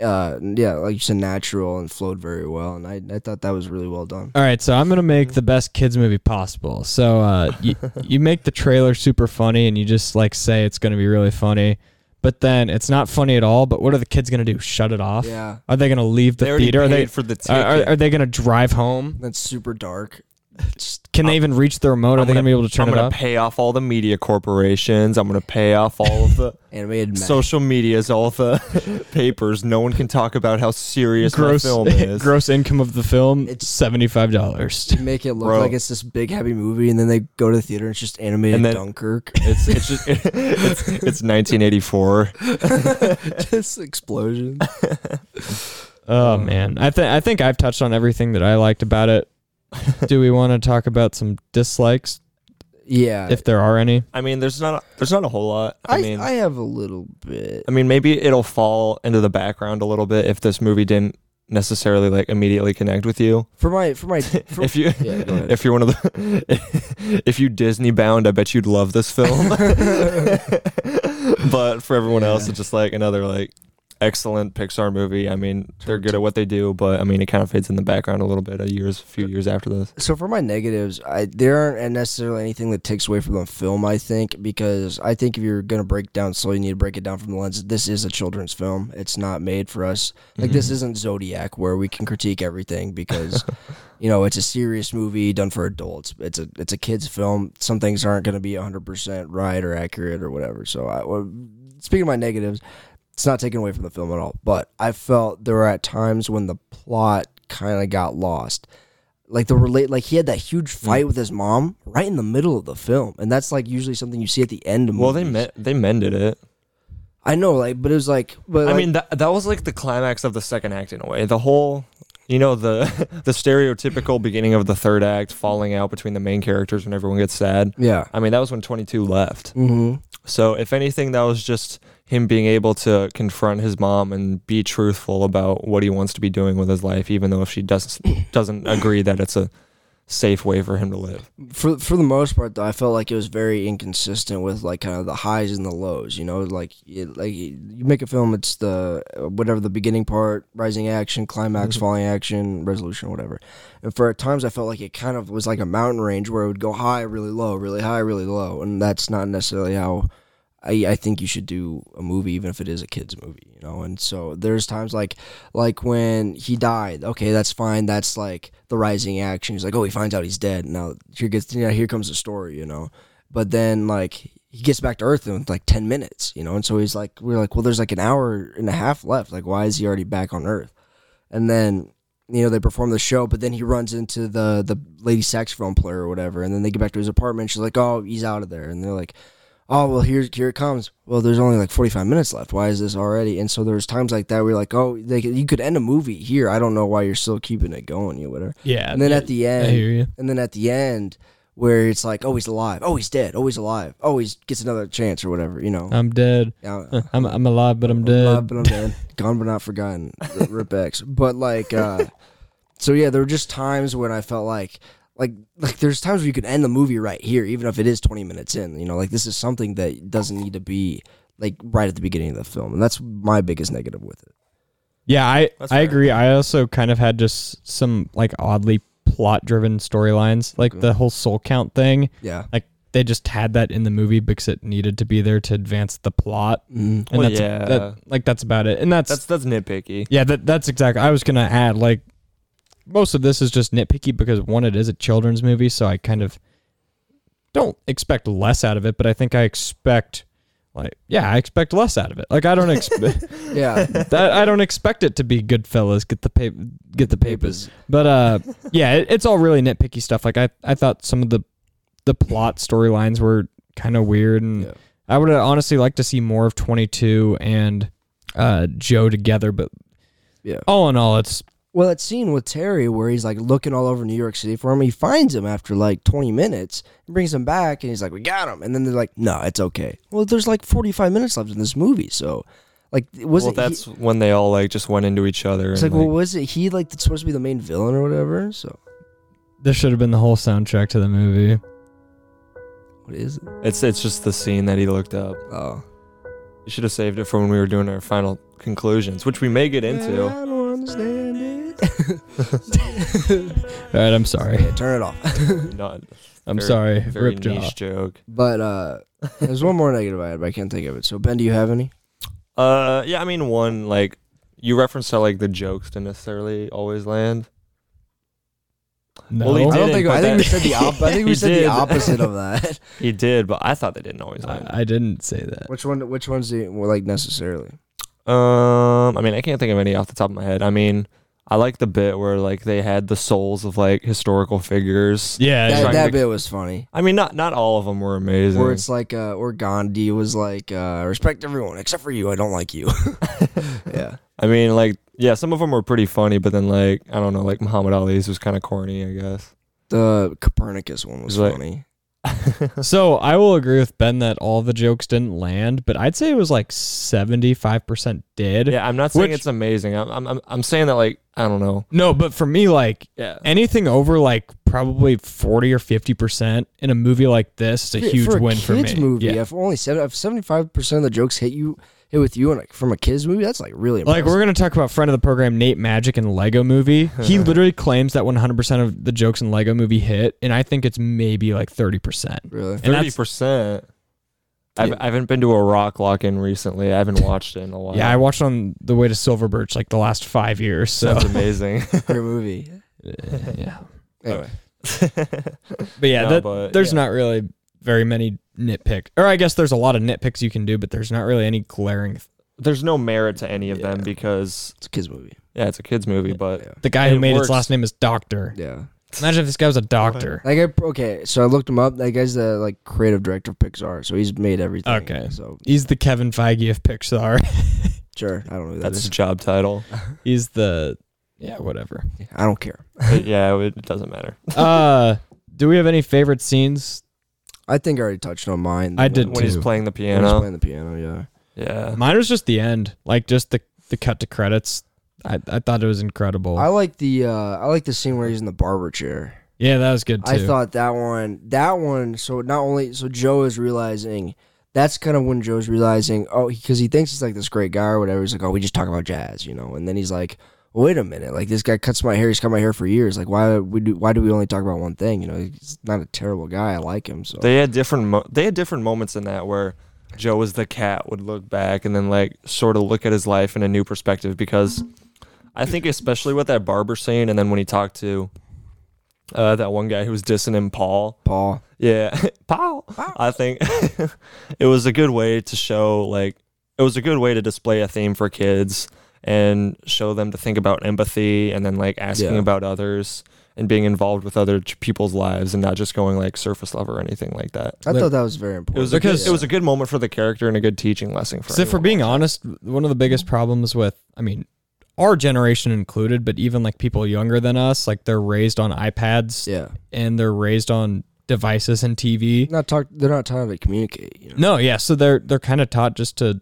S4: uh, yeah, like you said, natural and flowed very well. And I, I thought that was really well done.
S3: All right, so I'm gonna make the best kids movie possible. So uh, you, you make the trailer super funny, and you just like say it's gonna be really funny, but then it's not funny at all. But what are the kids gonna do? Shut it off?
S4: Yeah.
S3: Are they gonna leave the
S5: They already
S3: theater? Are they
S5: paid for the
S3: are- are-
S5: ticket.
S3: are they gonna drive home?
S4: That's super dark.
S3: Can they even reach the remote? Are they gonna, be able to turn
S5: I'm
S3: it
S5: gonna
S3: up?
S5: pay off all the media corporations. I'm gonna pay off all of the
S4: Animated Mac.
S5: social medias, all the papers. No one can talk about how serious
S3: gross
S5: my film is.
S3: gross income of the film
S4: It's-
S3: seventy five dollars.
S4: to make it look
S5: Bro.
S4: like it's this big happy movie, and then they go to the theater and it's just animated
S5: And then-
S4: Dunkirk.
S5: It's it's just it's, it's 1984.
S4: just explosion.
S3: Oh
S5: Um,
S3: man, I think I think I've touched on everything that I liked about it. Do we want to talk about some dislikes
S4: Yeah,
S3: if there are any?
S5: I mean, there's not there's not a whole lot. I,
S4: I,
S5: mean,
S4: I have a little bit.
S5: I mean, maybe it'll fall into the background a little bit if this movie didn't necessarily like immediately connect with you.
S4: For my for my for,
S5: If you
S4: yeah, go ahead.
S5: if you're one of the if you Disney bound, I bet you'd love this film. but for everyone else, it's just like another like excellent Pixar movie. I mean, they're good at what they do, but I mean, it kind of fades in the background a little bit. A years, few years after this.
S4: so for my negatives, I there aren't necessarily anything that takes away from the film. I think because I think if you're gonna break down slow, you need to break it down from the lens. that This is a children's film. It's not made for us. Like
S5: Mm-hmm.
S4: this isn't Zodiac where we can critique everything because you know it's a serious movie done for adults. It's a it's a kids film. Some things aren't gonna be 100 percent right or accurate or whatever. So I, well, speaking of my negatives, it's not taken away from the film at all. But I felt there were at times when the plot kind of got lost like the relate like he had that huge
S5: Mm.
S4: fight with his mom right in the middle of the film and that's like usually something you see at the end of
S5: Well, they
S4: movies.
S5: me- they mended it.
S4: i know like but it was like but
S5: I mean, that that was like the climax of the second act in a way. The whole, you know, the the stereotypical beginning of the third act falling out between the main characters when everyone gets sad.
S4: yeah
S5: I mean, that was when 22 left.
S4: hmm
S5: So, if anything, that was just him being able to confront his mom and be truthful about what he wants to be doing with his life, even though if she doesn't doesn't agree that it's a safe way for him to live.
S4: for for the most part though i felt like it was very inconsistent with like kind of the highs and the lows you know like it, like you make a film it's the uh, whatever the beginning part rising action climax falling action resolution whatever and for at times i felt like it kind of was like a mountain range where it would go high really low really high really low and that's not necessarily how I, I think you should do a movie even if it is a kids movie you know and so there's times like like when he died okay that's fine that's like the rising action he's like oh he finds out he's dead now here gets you know, here comes the story you know but then like he gets back to earth in like 10 minutes you know and so he's like we're like well there's like an hour and a half left like why is he already back on earth and then you know they perform the show but then he runs into the the lady saxophone player or whatever and then they get back to his apartment she's like oh he's out of there and they're like oh well here here it comes well there's only like 45 minutes left why is this already and so there's times like that where you're like oh they could, you could end a movie here i don't know why you're still keeping it going you whatever
S3: Yeah,
S4: and then at the end
S3: hear you.
S4: and then at the end where it's like oh he's alive oh he's dead oh he's alive oh he gets another chance or whatever you know
S3: I'm dead.
S4: Yeah.
S3: Uh, I'm I'm alive, but I'm dead.
S4: Alive, but I'm dead. Gone but not forgotten. R- Rip X. But like, uh, so yeah, there were just times when I felt like, like, like there's times where you could end the movie right here, even if it is 20 minutes in. You know, like this is something that doesn't need to be like right at the beginning of the film, and that's my biggest negative with it.
S3: Yeah, I
S5: That's
S3: I
S5: fair.
S3: agree. I also kind of had just some like oddly plot driven storylines,
S4: Mm-hmm.
S3: like the whole soul count thing.
S4: Yeah.
S3: Like they just had that in the movie because it needed to be there to advance the plot.
S4: Mm.
S3: And
S5: Well,
S3: that's
S5: yeah.
S3: that, like that's about it. And that's,
S5: That's that's nitpicky.
S3: yeah, that that's exactly. I was gonna add like most of this is just nitpicky because one, it is a children's movie, so I kind of don't expect less out of it, but I think I expect like yeah, I expect less out of it. Like I don't expect.
S4: Yeah.
S3: that I don't expect it to be Goodfellas. Get the pa- get the papers. But uh, yeah, it, it's all really nitpicky stuff. Like I, I thought some of the the plot storylines were kind of weird, and
S4: Yeah.
S3: I would honestly like to see more of Twenty Two and uh, Joe together. But
S4: Yeah.
S3: all in all, it's
S4: Well, that scene with Terry where he's like looking all over New York City for him, he finds him after like 20 minutes and brings him back, and he's like, "We got him," and then they're like, "No, it's okay." Well, there's like 45 minutes left in this movie, so like, was
S5: Well,
S4: it?
S5: that's when they all like just went into each other.
S4: it's
S5: and,
S4: like,
S5: like,
S4: well, was it he like that's supposed to be the main villain or whatever? So
S3: this should have been the whole soundtrack to the movie.
S4: what is it?
S5: it's it's just the scene that he looked up.
S4: Oh,
S5: You should have saved it for when we were doing our final conclusions, which we may get into.
S4: I don't understand it.
S3: All right, I'm sorry.
S4: yeah, turn it off.
S5: Not
S3: I'm
S5: very-
S3: sorry.
S5: very
S3: Rip
S5: niche
S3: job.
S5: joke.
S4: But uh, there's one more negative I had, but I can't think of it. So Ben, do you have any?
S5: Uh, yeah, I mean one like you referenced how like the jokes didn't necessarily always land.
S3: No.
S5: Well,
S4: I
S5: he did.
S4: don't
S5: Didn't,
S4: think.
S5: but
S4: I think we
S5: that-
S4: said the op- I think we
S5: He
S4: said
S5: did.
S4: the opposite of that.
S5: He did, but I thought they didn't always land.
S3: I, I didn't say that.
S4: Which one? Which ones do you, well, like necessarily?
S5: Um, I mean, I can't think of any off the top of my head. I mean, I like the bit where like they had the souls of like historical figures.
S3: Yeah,
S5: That's
S3: yeah.
S4: That,
S5: trying
S4: that
S5: to-
S4: bit was funny.
S5: I mean, not not all of them were amazing.
S4: Where it's like, uh, or Gandhi was like, uh, respect everyone except for you. I don't like you. yeah,
S5: I mean, like yeah, some of them were pretty funny, but then like I don't know, like Muhammad Ali's was kind of corny, I guess.
S4: the Copernicus one was
S5: It's like-
S4: funny.
S3: So I will agree with Ben that all the jokes didn't land, but I'd say it was like seventy five percent did.
S5: Yeah, I'm not saying
S3: Which-
S5: it's amazing. I'm- I'm I'm I'm saying that like I don't know.
S3: No, but for me, like
S5: Yeah.
S3: anything over like probably forty or fifty percent in a movie like this is a huge
S4: for a
S3: win
S4: kids
S3: for me.
S4: Movie.
S3: Yeah.
S4: If only seven, if seventy-five percent of the jokes hit you, hit with you, and like from a kids movie, that's like really
S3: Like
S4: impressive.
S3: we're gonna talk about friend of the program Nate Magic and Lego Movie. He literally claims that 100% of the jokes in Lego Movie hit, and I think it's maybe like 30%.
S4: really.
S3: And
S5: Thirty
S3: that's-
S5: percent. I've, I haven't been to a rock lock in recently. I haven't watched it in a while.
S3: Yeah, I watched on the way to Silver Birch like the last five years. So
S5: That's amazing.
S4: Great movie.
S3: yeah,
S4: Anyway,
S3: but yeah,
S5: No,
S3: that,
S5: but,
S3: there's
S5: yeah.
S3: not really very many nitpick, or I guess there's a lot of nitpicks you can do, but there's not really any glaring.
S5: There's no merit to any of them because
S4: it's a kids movie.
S5: yeah, it's a kids movie, but
S3: The guy who
S5: It
S3: made
S5: works.
S3: his last name is Doctor.
S4: Yeah.
S3: Imagine if this guy was a doctor.
S4: That guy. Okay, so I looked him up. That guy's the like creative director of Pixar, so he's made everything.
S3: Okay.
S4: So
S3: He's the Kevin Feige of Pixar.
S4: sure, I don't know who that
S5: that's
S4: is.
S5: the job title.
S3: He's the yeah, whatever.
S4: I don't care.
S5: But yeah, it doesn't matter.
S3: Uh, do we have any favorite scenes?
S4: I think I already touched on mine.
S3: I did
S5: When he's
S3: Two.
S5: playing the
S4: When he's
S5: piano.
S4: playing the piano, yeah.
S5: Yeah.
S3: Mine was just the end, like just the the cut to credits. I, I thought it was incredible.
S4: I like the uh I like the scene where he's in the barber chair.
S3: yeah, that was good too.
S4: I thought that one that one so not only so Joe is realizing that's kind of when Joe's realizing oh because he thinks he's like this great guy or whatever he's like oh we just talk about jazz you know and then he's like wait a minute like this guy cuts my hair he's cut my hair for years like why we do why do we only talk about one thing you know he's not a terrible guy I like him so
S5: They had different mo- they had different moments in that where Joe as the cat would look back and then like sort of look at his life in a new perspective because I think especially with that barber scene and then when he talked to uh, that one guy who was dissing him, Paul.
S4: Paul
S5: Yeah, Paul. I think it was a good way to show like it was a good way to display a theme for kids and show them to think about empathy and then like asking
S4: Yeah.
S5: about others and being involved with other ch- people's lives and not just going like surface level or anything like that.
S4: I thought that was very important.
S5: It was a
S3: Because-
S5: good, it was a good moment for the character and a good teaching lesson for.
S3: Because if we're
S5: anyone.
S3: being honest, one of the biggest problems with, I mean, our generation included, but even like people younger than us, like they're raised on iPads
S4: yeah.
S3: and they're raised on devices and TV.
S4: Not talk. They're not trying to communicate. You
S3: No,
S4: know?
S3: yeah, so they're they're kind of taught just to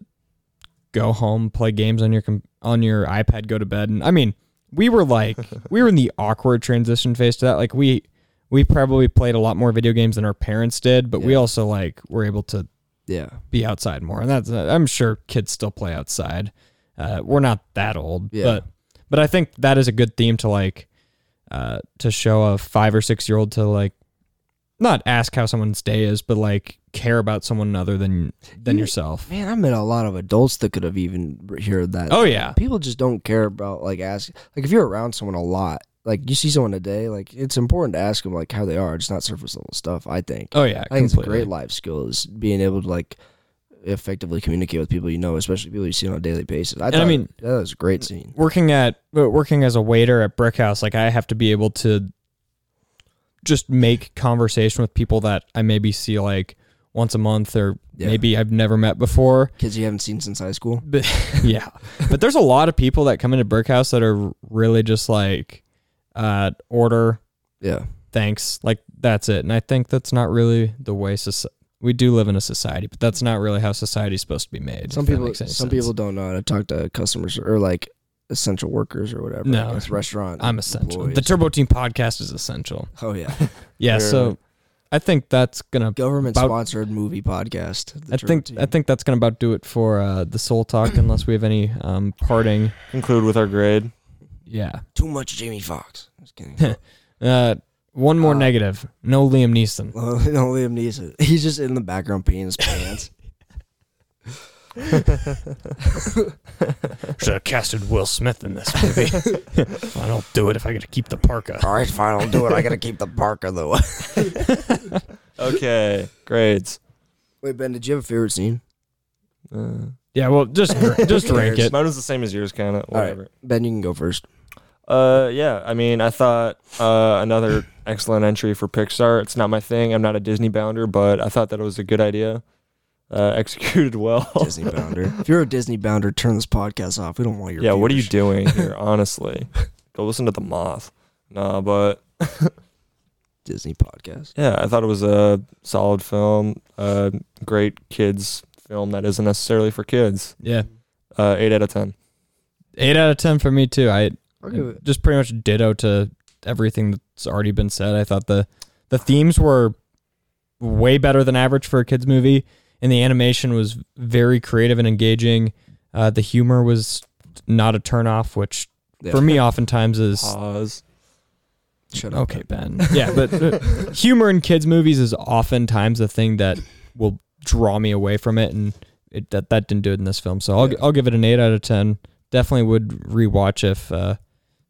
S3: go home, play games on your com- on your iPad, go to bed, and I mean, we were like we were in the awkward transition phase to that. Like we we probably played a lot more video games than our parents did, but we
S4: Yeah.
S3: also like were able to
S4: Yeah.
S3: be outside more. And that's I'm sure kids still play outside. Uh, we're not that old,
S4: Yeah.
S3: but but I think that is a good theme to like uh, to show a five or six year old to like not ask how someone's day is, but like care about someone other than than
S4: You-
S3: yourself.
S4: Man, I met a lot of adults that could have even heard that.
S3: Oh yeah,
S4: People just don't care about like ask. Like if you're around someone a lot, like you see someone today, like it's important to ask them like how they are. It's not surface level stuff. I think.
S3: oh yeah.
S4: I think it's a
S3: completely.
S4: great life skill is being able to like effectively communicate with people you know, especially people you see on a daily basis. I,
S3: And I
S4: thought,
S3: mean-
S4: that was a great scene.
S3: working at uh, working as a waiter at Brick House, like I have to be able to just make conversation with people that I maybe see like once a month or
S4: Yeah.
S3: maybe I've never met before.
S4: Kids you haven't seen since high school.
S3: But yeah, but there's a lot of people that come into Brickhouse that are really just like, uh, order,
S4: Yeah.
S3: thanks, like that's it. And I think that's not really the way soci- we do live in a society, but that's not really how society's supposed to be made.
S4: Some
S3: if that
S4: people,
S3: makes
S4: some
S3: any sense.
S4: people don't know how to talk to customers or like essential workers or whatever.
S3: No.
S4: I guess, restaurant.
S3: I'm essential. The
S4: employees.
S3: Turbo Team podcast is essential.
S4: oh yeah,
S3: Yeah,
S5: Sure.
S3: so I think that's gonna.
S4: government
S3: About-
S4: sponsored movie podcast. The
S3: I
S4: Turbo
S3: think
S4: Team.
S3: I think that's gonna about do it for uh, the Soul Talk, unless we have any um, parting.
S5: conclude with our grade.
S3: Yeah.
S4: too much Jamie Foxx. Just kidding.
S3: Uh, one more
S4: Uh,
S3: negative. No Liam Neeson.
S4: Well, no, Liam Neeson. He's just in the background peeing his pants.
S3: Should have casted Will Smith in this movie. I don't do it if I got to keep the parka.
S4: All right, fine, I'll do it. I gotta keep the Parker though.
S5: Okay, grades.
S4: Wait, Ben, did you have a favorite scene?
S5: Uh,
S3: Yeah, well, just just rank it.
S5: mine was the same as yours, kind of.
S4: All right.
S5: Whatever.
S4: Ben, you can go first.
S5: Uh, yeah. I mean, I thought uh, another excellent entry for Pixar. It's not my thing. I'm not a Disney bounder, but I thought that it was a good idea. Uh, executed well.
S4: Disney Bounder. if you're a Disney Bounder, turn this podcast off. We don't want your.
S5: yeah. What are you
S4: viewership.
S5: doing here? Honestly, go listen to the Moth. Nah, but
S4: Disney podcast.
S5: yeah, I thought it was a solid film. A great kids film that isn't necessarily for kids.
S3: Yeah,
S5: Uh, eight out of ten.
S3: eight out of ten for me too. I
S4: I'll give it.
S3: just pretty much ditto to everything that's already been said. I thought the the themes were way better than average for a kids movie, and the animation was very creative and engaging. Uh, the humor was not a turnoff, which
S4: Yeah.
S3: for me oftentimes is
S5: Pause.
S4: Shut up.
S3: Okay, Ben. Yeah, but uh, humor in kids' movies is oftentimes the thing that will draw me away from it, and it, that that didn't do it in this film. So I'll
S4: Yeah.
S3: I'll give it an eight out of ten. Definitely would rewatch if uh,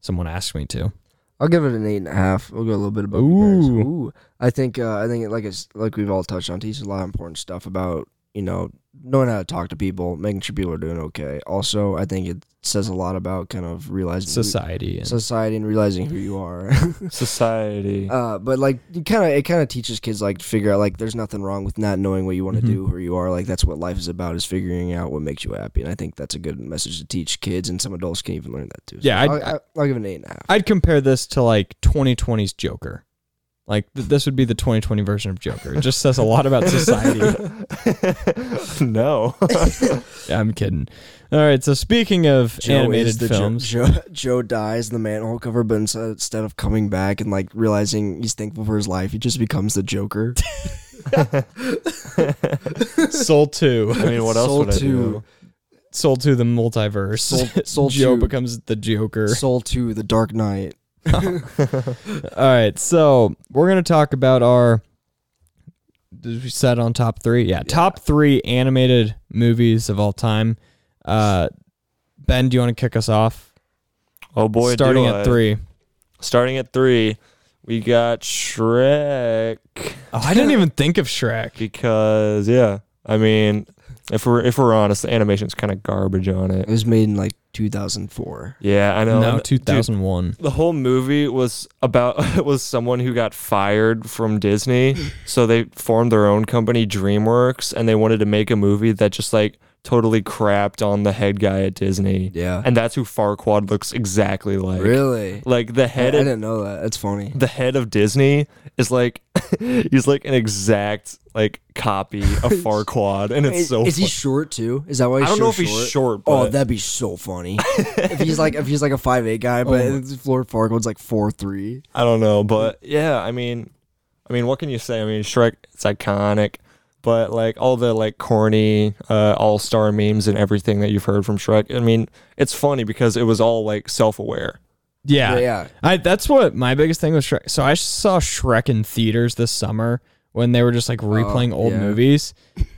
S3: someone asked me
S4: Mm.
S3: to.
S4: I'll give it an eight and a half. We'll go a little bit above. you guys.
S3: Ooh.
S4: Ooh. I think. Uh, I think it, like it's like we've all touched on. Teaches a lot of important stuff about you know knowing how to talk to people, making sure people are doing okay. Also, I think it says a lot about kind of realizing who-
S3: Society and
S4: society and realizing who you are.
S5: Society.
S4: Uh, but like kind of it kind of teaches kids like to figure out like there's nothing wrong with not knowing what you want to
S3: Mhm.
S4: do who you are like that's what life is about is figuring out what makes you happy and I think that's a good message to teach kids and some adults can even learn that too.
S3: Yeah, I'd-
S4: I'll, I'll, I'll give it an eight and a half.
S3: I'd compare this to like 2020's Joker. Like th- this would be the 2020 version of Joker. It just says a lot about society.
S5: no.
S3: Yeah, I'm kidding. All right, so speaking of animated
S4: the
S3: films,
S4: Joe, Joe, Joe dies in the manhole cover, but instead, instead of coming back and like realizing he's thankful for his life, he just becomes the Joker.
S3: Soul Two,
S5: I mean, what else
S4: Soul
S5: would I
S4: two,
S5: do?
S3: Soul Two, the multiverse.
S4: Soul, Soul
S3: Joe
S4: two,
S3: becomes the Joker.
S4: Soul two, the Dark Knight.
S3: All right, so we're gonna talk about our. Did we set on top three? Yeah, top three animated movies of all time. Uh, ben, do you want to kick us off?
S5: Oh boy,
S3: starting
S5: do
S3: at
S5: I.
S3: three.
S5: Starting at three, we got Shrek
S3: Oh, I didn't even think of Shrek.
S5: because yeah, I mean, If we're if we're honest, the animation's kind of garbage on
S4: It
S5: it.
S4: was made in like 2004.
S5: Yeah, I know.
S3: no,
S5: And-
S3: two
S5: dude,
S3: thousand one.
S5: the whole movie was about was someone who got fired from Disney, so they formed their own company, DreamWorks, and they wanted to make a movie that just like totally crapped on the head guy at Disney.
S4: Yeah.
S5: and that's who Farquaad looks exactly like.
S4: Really?
S5: Like the
S4: I
S5: head of
S4: didn't know that. That's funny.
S5: the head of Disney is like he's like an exact like copy of Farquaad, and it's
S4: Is,
S5: so.
S4: is he
S5: fu-
S4: short too? Is that why he's
S5: I don't
S4: so
S5: know if he's short,
S4: Oh,
S5: but-
S4: that'd be so funny. if he's like if he's like a five eight guy, but
S5: Oh.
S4: it's Lord Farquaad's like four three.
S5: I don't know, but yeah, I mean, I mean, what can you say? I mean, Shrek, it's iconic, but like all the like corny uh, all star memes and everything that you've heard from Shrek. I mean, it's funny because it was all like self aware.
S3: Yeah.
S4: Yeah, yeah.
S3: I that's what my biggest thing was Shrek. So I saw Shrek in theaters this summer when they were just like replaying old
S4: Oh, yeah.
S3: movies.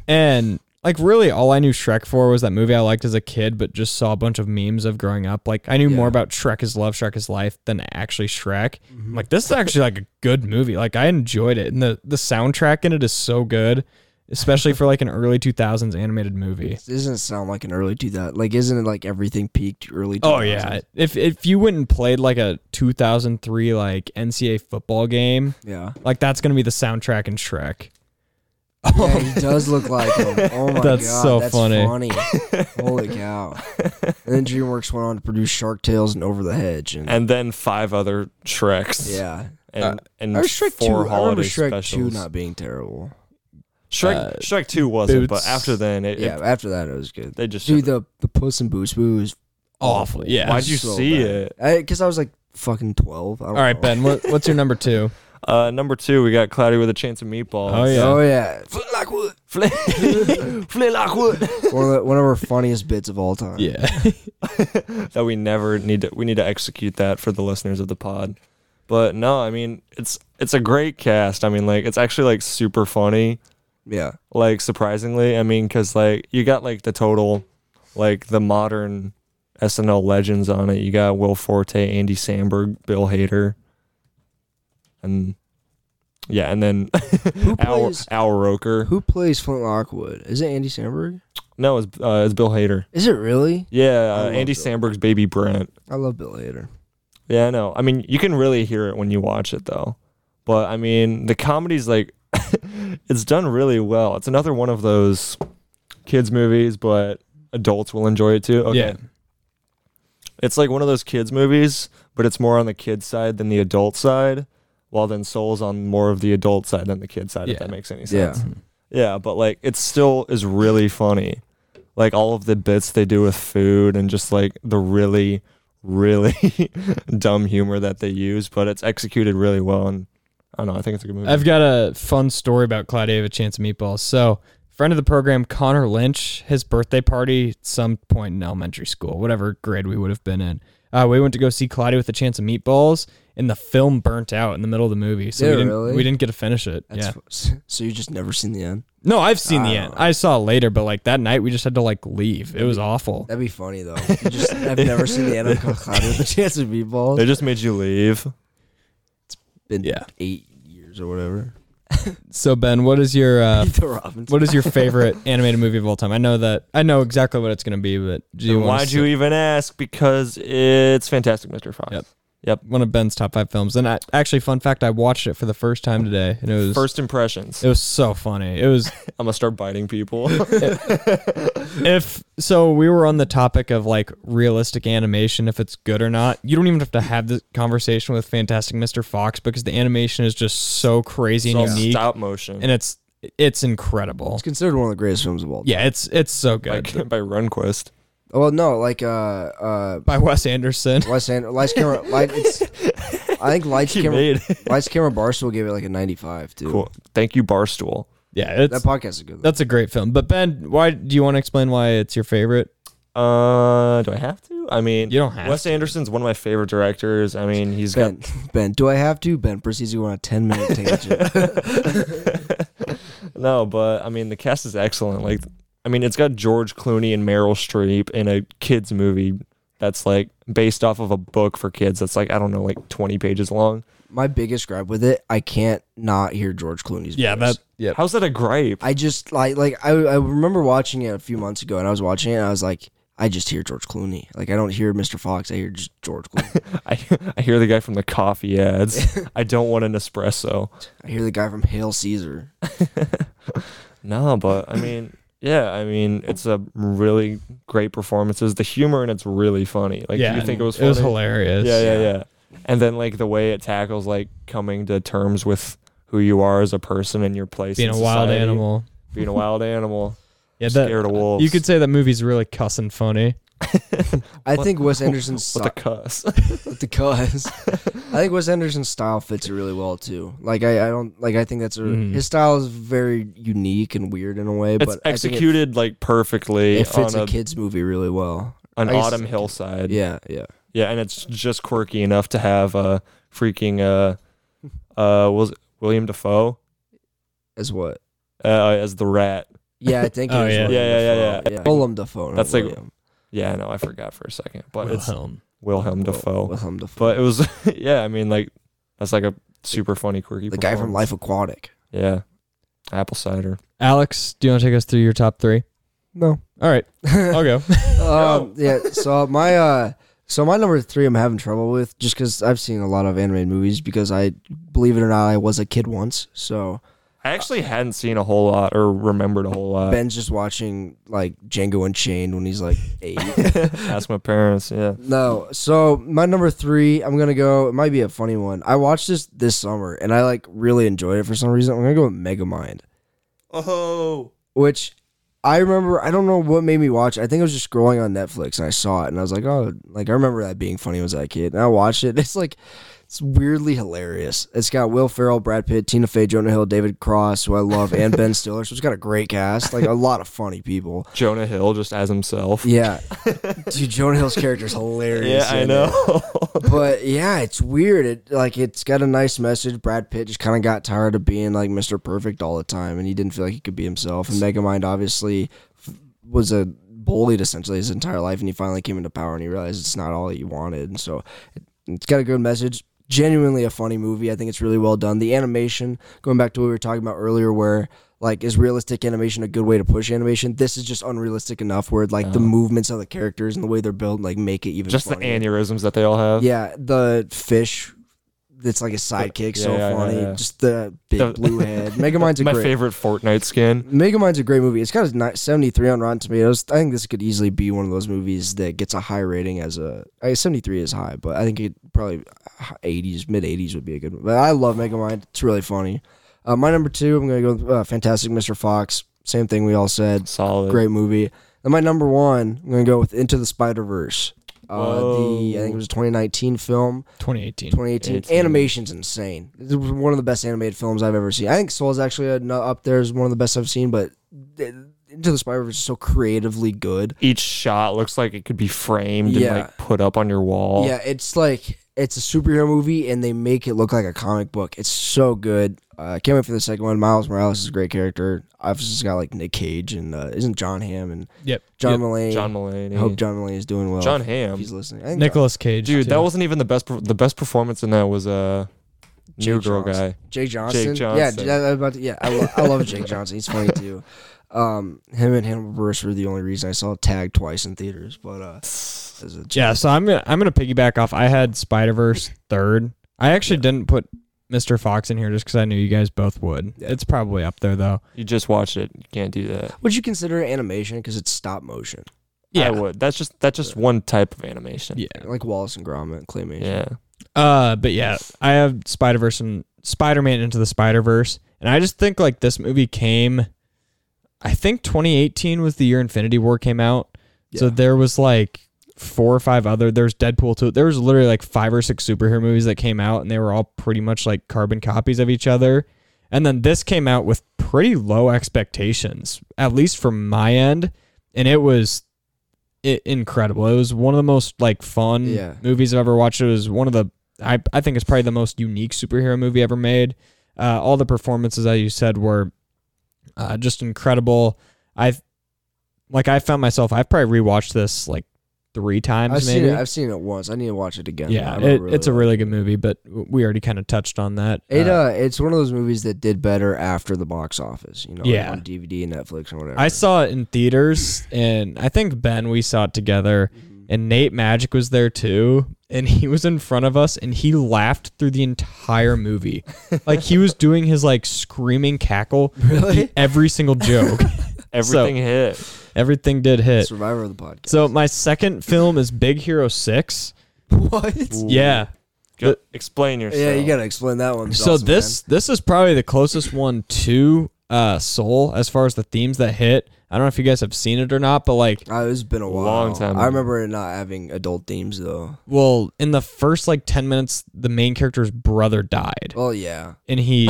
S3: And like really all I knew Shrek for was that movie I liked as a kid but just saw a bunch of memes of growing up. Like I knew more about Shrek is love, Shrek is life than actually Shrek. I'm
S4: Mm-hmm.
S3: like this is actually like a good movie. Like I enjoyed it and the the soundtrack in it is so good, especially for like an early 2000s animated movie.
S4: Doesn't it sound like an early two that like isn't it like everything peaked early?
S3: Oh
S4: 2000s?
S3: yeah. If if you went and played like a 2003 like NCAA football game,
S4: yeah.
S3: Like that's gonna be the soundtrack in Shrek.
S4: Yeah, he does look like him. Oh my
S3: That's
S4: god,
S3: so
S4: that's
S3: funny.
S4: funny. Holy cow! And then DreamWorks went on to produce Shark Tales and Over the Hedge, and,
S5: And then five other Shreks.
S4: yeah, Uh,
S5: And, and
S4: I Shrek
S5: four
S4: two. I remember
S5: holiday
S4: Shrek
S5: specials.
S4: two not being terrible.
S5: Shrek,
S3: uh,
S5: Shrek 2 wasn't, but
S3: Boots.
S5: after then, it,
S4: Yeah,
S5: it,
S4: after that it was good.
S5: they just.
S4: Dude, the the Puss in Boots movie was
S3: Awful. Yeah.
S5: Why'd you see it?
S4: Because I, was like fucking twelve. I don't
S3: All right,
S4: know.
S3: Ben. What, what's your number two?
S5: uh, number two, we got Cloudy with a Chance of Meatballs.
S3: Oh, yeah.
S4: Oh yeah, Flint Lockwood.
S5: Flint Flint Lockwood.
S4: One of, the, one of our funniest bits of all time.
S3: Yeah.
S5: that we never need to we need to execute that for the listeners of the pod. But no, I mean it's it's a great cast. I mean like it's actually like super funny.
S4: yeah.
S5: Like surprisingly, I mean cuz like you got like the total like the modern SNL legends on it. You got Will Forte, Andy Samberg, Bill Hader. And yeah, and then
S4: Who
S5: Al,
S4: plays
S5: Al Roker.
S4: Who plays Flint Lockwood? Is it Andy Samberg?
S5: No, it's uh, it's Bill Hader.
S4: Is it really?
S5: Yeah, uh,
S4: love
S5: Andy
S4: Bill.
S5: Samberg's baby Brent.
S4: I love Bill Hader.
S5: Yeah, I know. I mean, you can really hear it when you watch it, though. But I mean, the comedy's like, it's done really well. It's another one of those kids' movies, but adults will enjoy it too. Okay.
S3: Yeah.
S5: It's like one of those kids' movies, but it's more on the kids' side than the adult side, while then Soul's on more of the adult side than the kid side, if
S3: Yeah.
S5: that makes any
S4: Yeah.
S5: sense. Yeah. yeah, but like, it still is really funny. Like, all of the bits they do with food and just like the really really dumb humor that they use, but it's executed really well. And I don't know, I think it's a good movie.
S3: I've got a fun story about Claudia with Chance of Meatballs. So, friend of the program, Connor Lynch, his birthday party, at some point in elementary school, whatever grade we would have been in, uh, we went to go see Claudia with a Chance of Meatballs, and the film burnt out in the middle of the movie, so
S4: Yeah,
S3: we didn't
S4: really?
S3: we didn't get to finish it. yeah.
S4: That's yeah. So you just never seen the end?
S3: no, I've seen the
S4: I
S3: end.
S4: don't know.
S3: I saw it later, but like that night, we just had to like leave. It was awful.
S4: That'd be funny though. You just I've never seen the end of Cloud with a chance of meatballs.
S5: they just made you leave.
S4: been
S3: Yeah.
S4: eight years or whatever.
S3: So, Ben, what is your uh,
S4: Peter Robbins.
S3: What is your favorite animated movie of all time? I know that I know exactly what it's going to be, but do you
S5: Then
S3: want
S5: why'd you even ask? Because it's Fantastic Mr. Fox.
S3: Yep. one of Ben's top five films? And I, actually, fun fact: I watched it for the first time today, and it was
S5: First impressions.
S3: It was so funny. It was
S5: I'm gonna start biting people.
S3: if so. We were on the topic of like realistic animation, if it's good or not. You don't even have to have the conversation with Fantastic Mr. Fox because the animation is just so crazy
S5: It's all
S3: and unique,
S5: stop motion
S3: and it's it's incredible.
S4: It's considered one of the greatest films of all time.
S3: Yeah, it's it's so good
S5: like, by Runquist.
S4: Well, no, like uh uh
S3: by Wes Anderson.
S4: Wes Anderson, Lights Camera, light, it's, I think Lights
S5: He
S4: Camera,
S5: made it.
S4: Lights Camera Barstool gave it like a 95 too.
S5: Cool. Thank you, Barstool.
S3: Yeah, it's
S4: That podcast is good. Though.
S3: That's a great film. But Ben, why do you want to explain why it's your favorite?
S5: Uh, do I have to? I mean,
S3: You don't have
S5: Wes
S3: to.
S5: Anderson's one of my favorite directors. I mean, he's got
S4: Ben, Ben, do I have to? Ben proceeds to go on a 10 minute tangent.
S5: No, but I mean the cast is excellent. Like I mean it's got George Clooney and Meryl Streep in a kids movie that's like based off of a book for kids that's like I don't know like 20 pages long.
S4: my biggest gripe with it, I can't not hear George Clooney's
S3: Yeah,
S4: voice.
S3: that yeah.
S5: How's that a gripe?
S4: I just like like I, I remember watching it a few months ago, and I was watching it, and I was like, I just hear George Clooney. Like I don't hear Mr. Fox. I hear just George Clooney.
S5: I, I hear the guy from the coffee ads. I don't want an espresso.
S4: I hear the guy from Hail Caesar.
S5: No, but I mean, yeah, I mean, it's a really great performances. The humor and it's really funny. Like,
S3: yeah,
S5: you think it was
S3: it
S5: funny?
S3: was hilarious.
S5: Yeah, yeah, yeah. And then like the way it tackles like coming to terms with who you are as a person and your place.
S3: Being
S5: in
S3: a wild
S5: society.
S3: animal.
S5: Being a wild animal.
S3: Yeah, that,
S5: Scared of wolves.
S3: You could say that movie's really cussing funny.
S4: I think Wes Anderson's
S5: What
S4: style,
S5: the cuss?
S4: with the cuz. I think Wes Anderson's style fits it really well too. Like I, I don't like I think that's a his style is very unique and weird in a way,
S5: Mm-hmm. it's
S4: but I think it-
S5: executed like perfectly
S4: It, fits
S5: on
S4: a,
S5: a,
S4: kids movie really well.
S5: an
S4: I guess-
S5: autumn hillside.
S4: Yeah, yeah.
S5: Yeah, and it's just quirky enough to have a uh, freaking uh uh was it William Defoe
S4: As what?
S5: uh, as the rat.
S4: Yeah, I think.
S3: Oh,
S4: it is
S3: yeah.
S4: Willem
S5: Yeah,
S4: Dafoe.
S5: yeah, yeah, yeah.
S4: Willem Dafoe. not
S5: That's like-
S4: William.
S5: Yeah, no, I forgot for a second, but it's
S3: Wilhelm.
S5: Wilhelm Defoe.
S4: Willem Dafoe.
S5: But it was yeah, I mean like that's like a super funny quirky.
S4: the guy from Life
S5: performance.
S4: Aquatic.
S5: Yeah. Apple cider.
S3: Alex, do you want to take us through your top three?
S4: No.
S3: All right, I'll go.
S4: Um, yeah. So my uh, so my number three, I'm having trouble with just because I've seen a lot of animated movies. Because I believe it or not, I was a kid once. So
S5: I actually
S4: Uh,
S5: hadn't seen a whole lot or remembered a whole lot.
S4: Ben's just watching like Django Unchained when he's like eight.
S5: Ask my parents. Yeah.
S4: no. So my number three, I'm gonna go. It might be a funny one. I watched this this summer and I like really enjoyed it for some reason. I'm gonna go with Megamind.
S5: Oh.
S4: which I remember. I don't know what made me watch. it. I think I was just scrolling on Netflix and I saw it, and I was like, "Oh, like I remember that being funny when I was that kid." And I watched it. It's like it's weirdly hilarious. It's got Will Ferrell, Brad Pitt, Tina Fey, Jonah Hill, David Cross, who I love, and Ben Stiller. So it's got a great cast, like a lot of funny people.
S5: Jonah Hill just as himself.
S4: Yeah, dude, Jonah Hill's character is hilarious.
S5: Yeah, I
S4: in it
S5: know.
S4: but yeah, it's weird. It like it's got a nice message. Brad Pitt just kind of got tired of being like Mr. Perfect all the time, and he didn't feel like he could be himself. And Megamind obviously f- was a bullied essentially his entire life, and he finally came into power and he realized it's not all he wanted. And so it, it's got a good message. Genuinely a funny movie. I think it's really well done. The animation, going back to what we were talking about earlier, where like is realistic animation a good way to push animation? This is just unrealistic enough where like the movements of the characters and the way they're built like make it even
S5: Uh. just the
S4: funnier.
S5: aneurysms that they all have.
S4: Yeah, the fish that's like a sidekick, so
S5: yeah, yeah,
S4: funny.
S5: yeah.
S4: Just the big
S5: The-
S4: blue head. Megamind's a
S5: My
S4: great.
S5: favorite Fortnite skin.
S4: Megamind's a great movie. It's got a ni- 73 on Rotten Tomatoes. I think this could easily be one of those movies that gets a high rating as a I 73 is high, but I think it probably 80s, mid 80s would be a good one. But I love Megamind. It's really funny. Uh, my number two, I'm going to go with uh, Fantastic Mr. Fox. Same thing we all said.
S5: Solid.
S4: Great movie. And my number one, I'm going to go with Into the Spider Verse. Uh, the I
S5: Whoa.
S4: think it was a 2019 film.
S3: 2018.
S4: 2018.
S5: It's-
S4: Animation's insane. This was one of the best animated films I've ever seen. I think Soul is actually a- no- up there as one of the best I've seen, but uh, Into the Spider Verse is so creatively good.
S5: Each shot looks like it could be framed
S4: Yeah.
S5: and like put up on your wall.
S4: Yeah, it's like it's a superhero movie, and they make it look like a comic book. It's so good. I uh, can't wait for the second one. Miles Morales is a great character. Obviously, it's got like Nick Cage and uh, isn't John Hamm and
S3: Yep.
S4: John
S3: yep.
S4: Mulaney.
S5: John Mulaney.
S4: I hope John Mulaney is doing well.
S5: John
S4: if
S5: Hamm.
S4: he's listening. I think
S3: Nicholas Cage.
S5: Dude,
S3: too.
S5: that wasn't even the best. Per- the best performance in that was uh,
S4: Jake
S5: new girl
S4: Johnson.
S5: guy.
S4: Jake Johnson.
S5: Johnson.
S4: Yeah, I, I, about to- yeah, I, lo- I love Jake Johnson. He's funny too. Um, him and Hannibal Buress were the only reason I saw Tag twice in theaters. But uh, as a
S3: Yeah, so I'm gonna I'm gonna piggyback off. I had Spider Verse third. I actually didn't put Mr. Fox in here just because I knew you guys both would. It's probably up there though.
S5: You just watched it. You can't do that.
S4: would you consider it animation because it's stop motion,
S5: I would. That's just that's just one type of animation.
S3: Yeah.
S4: like Wallace and Gromit claymation?
S5: Yeah.
S3: Uh, but yeah, I have Spider Verse and Spider Man into the Spider Verse, and I just think like this movie came. I think 2018 was the year Infinity War came out, so there was like four or five other. There's Deadpool too. There was literally like five or six superhero movies that came out, and they were all pretty much like carbon copies of each other. And then this came out with pretty low expectations, at least from my end, and it was i incredible. It was one of the most like fun
S4: Yeah.
S3: movies I've ever watched. It was one of the I I think it's probably the most unique superhero movie ever made. Uh, all the performances, as you said, were uh, just incredible. I like I found myself. I've probably rewatched this like three times.
S4: I've
S3: maybe
S4: seen it. I've seen it once. I need to watch it again.
S3: yeah,
S4: I
S3: it,
S4: don't really
S3: it's a
S4: like
S3: really good movie, but we already kind of touched on that.
S4: It
S3: Uh,
S4: uh, it's one of those movies that did better after the box office, you know, like
S3: Yeah.
S4: on DVD and Netflix and whatever.
S3: I saw it in theaters, and I think Ben we saw it together,
S4: Mm-hmm.
S3: and Nate Magic was there too, and he was in front of us, and he laughed through the entire movie, like he was doing his like screaming cackle, really every single joke,
S5: Everything hit.
S3: everything did hit.
S4: Survivor of the podcast.
S3: So my second film is Big Hero Six.
S4: what?
S3: Yeah.
S5: Go, explain yourself.
S4: Yeah, you gotta explain that one.
S3: So
S4: Dawson,
S3: this this is probably the closest one to uh Soul as far as the themes that hit. I don't know if you guys have seen it or not, but like
S4: man. Uh, it's been a while.
S5: Long time
S4: I
S5: ago.
S4: remember it not having adult themes though.
S3: well, in the first like 10 minutes the main character's brother died
S4: Well, yeah.
S3: and he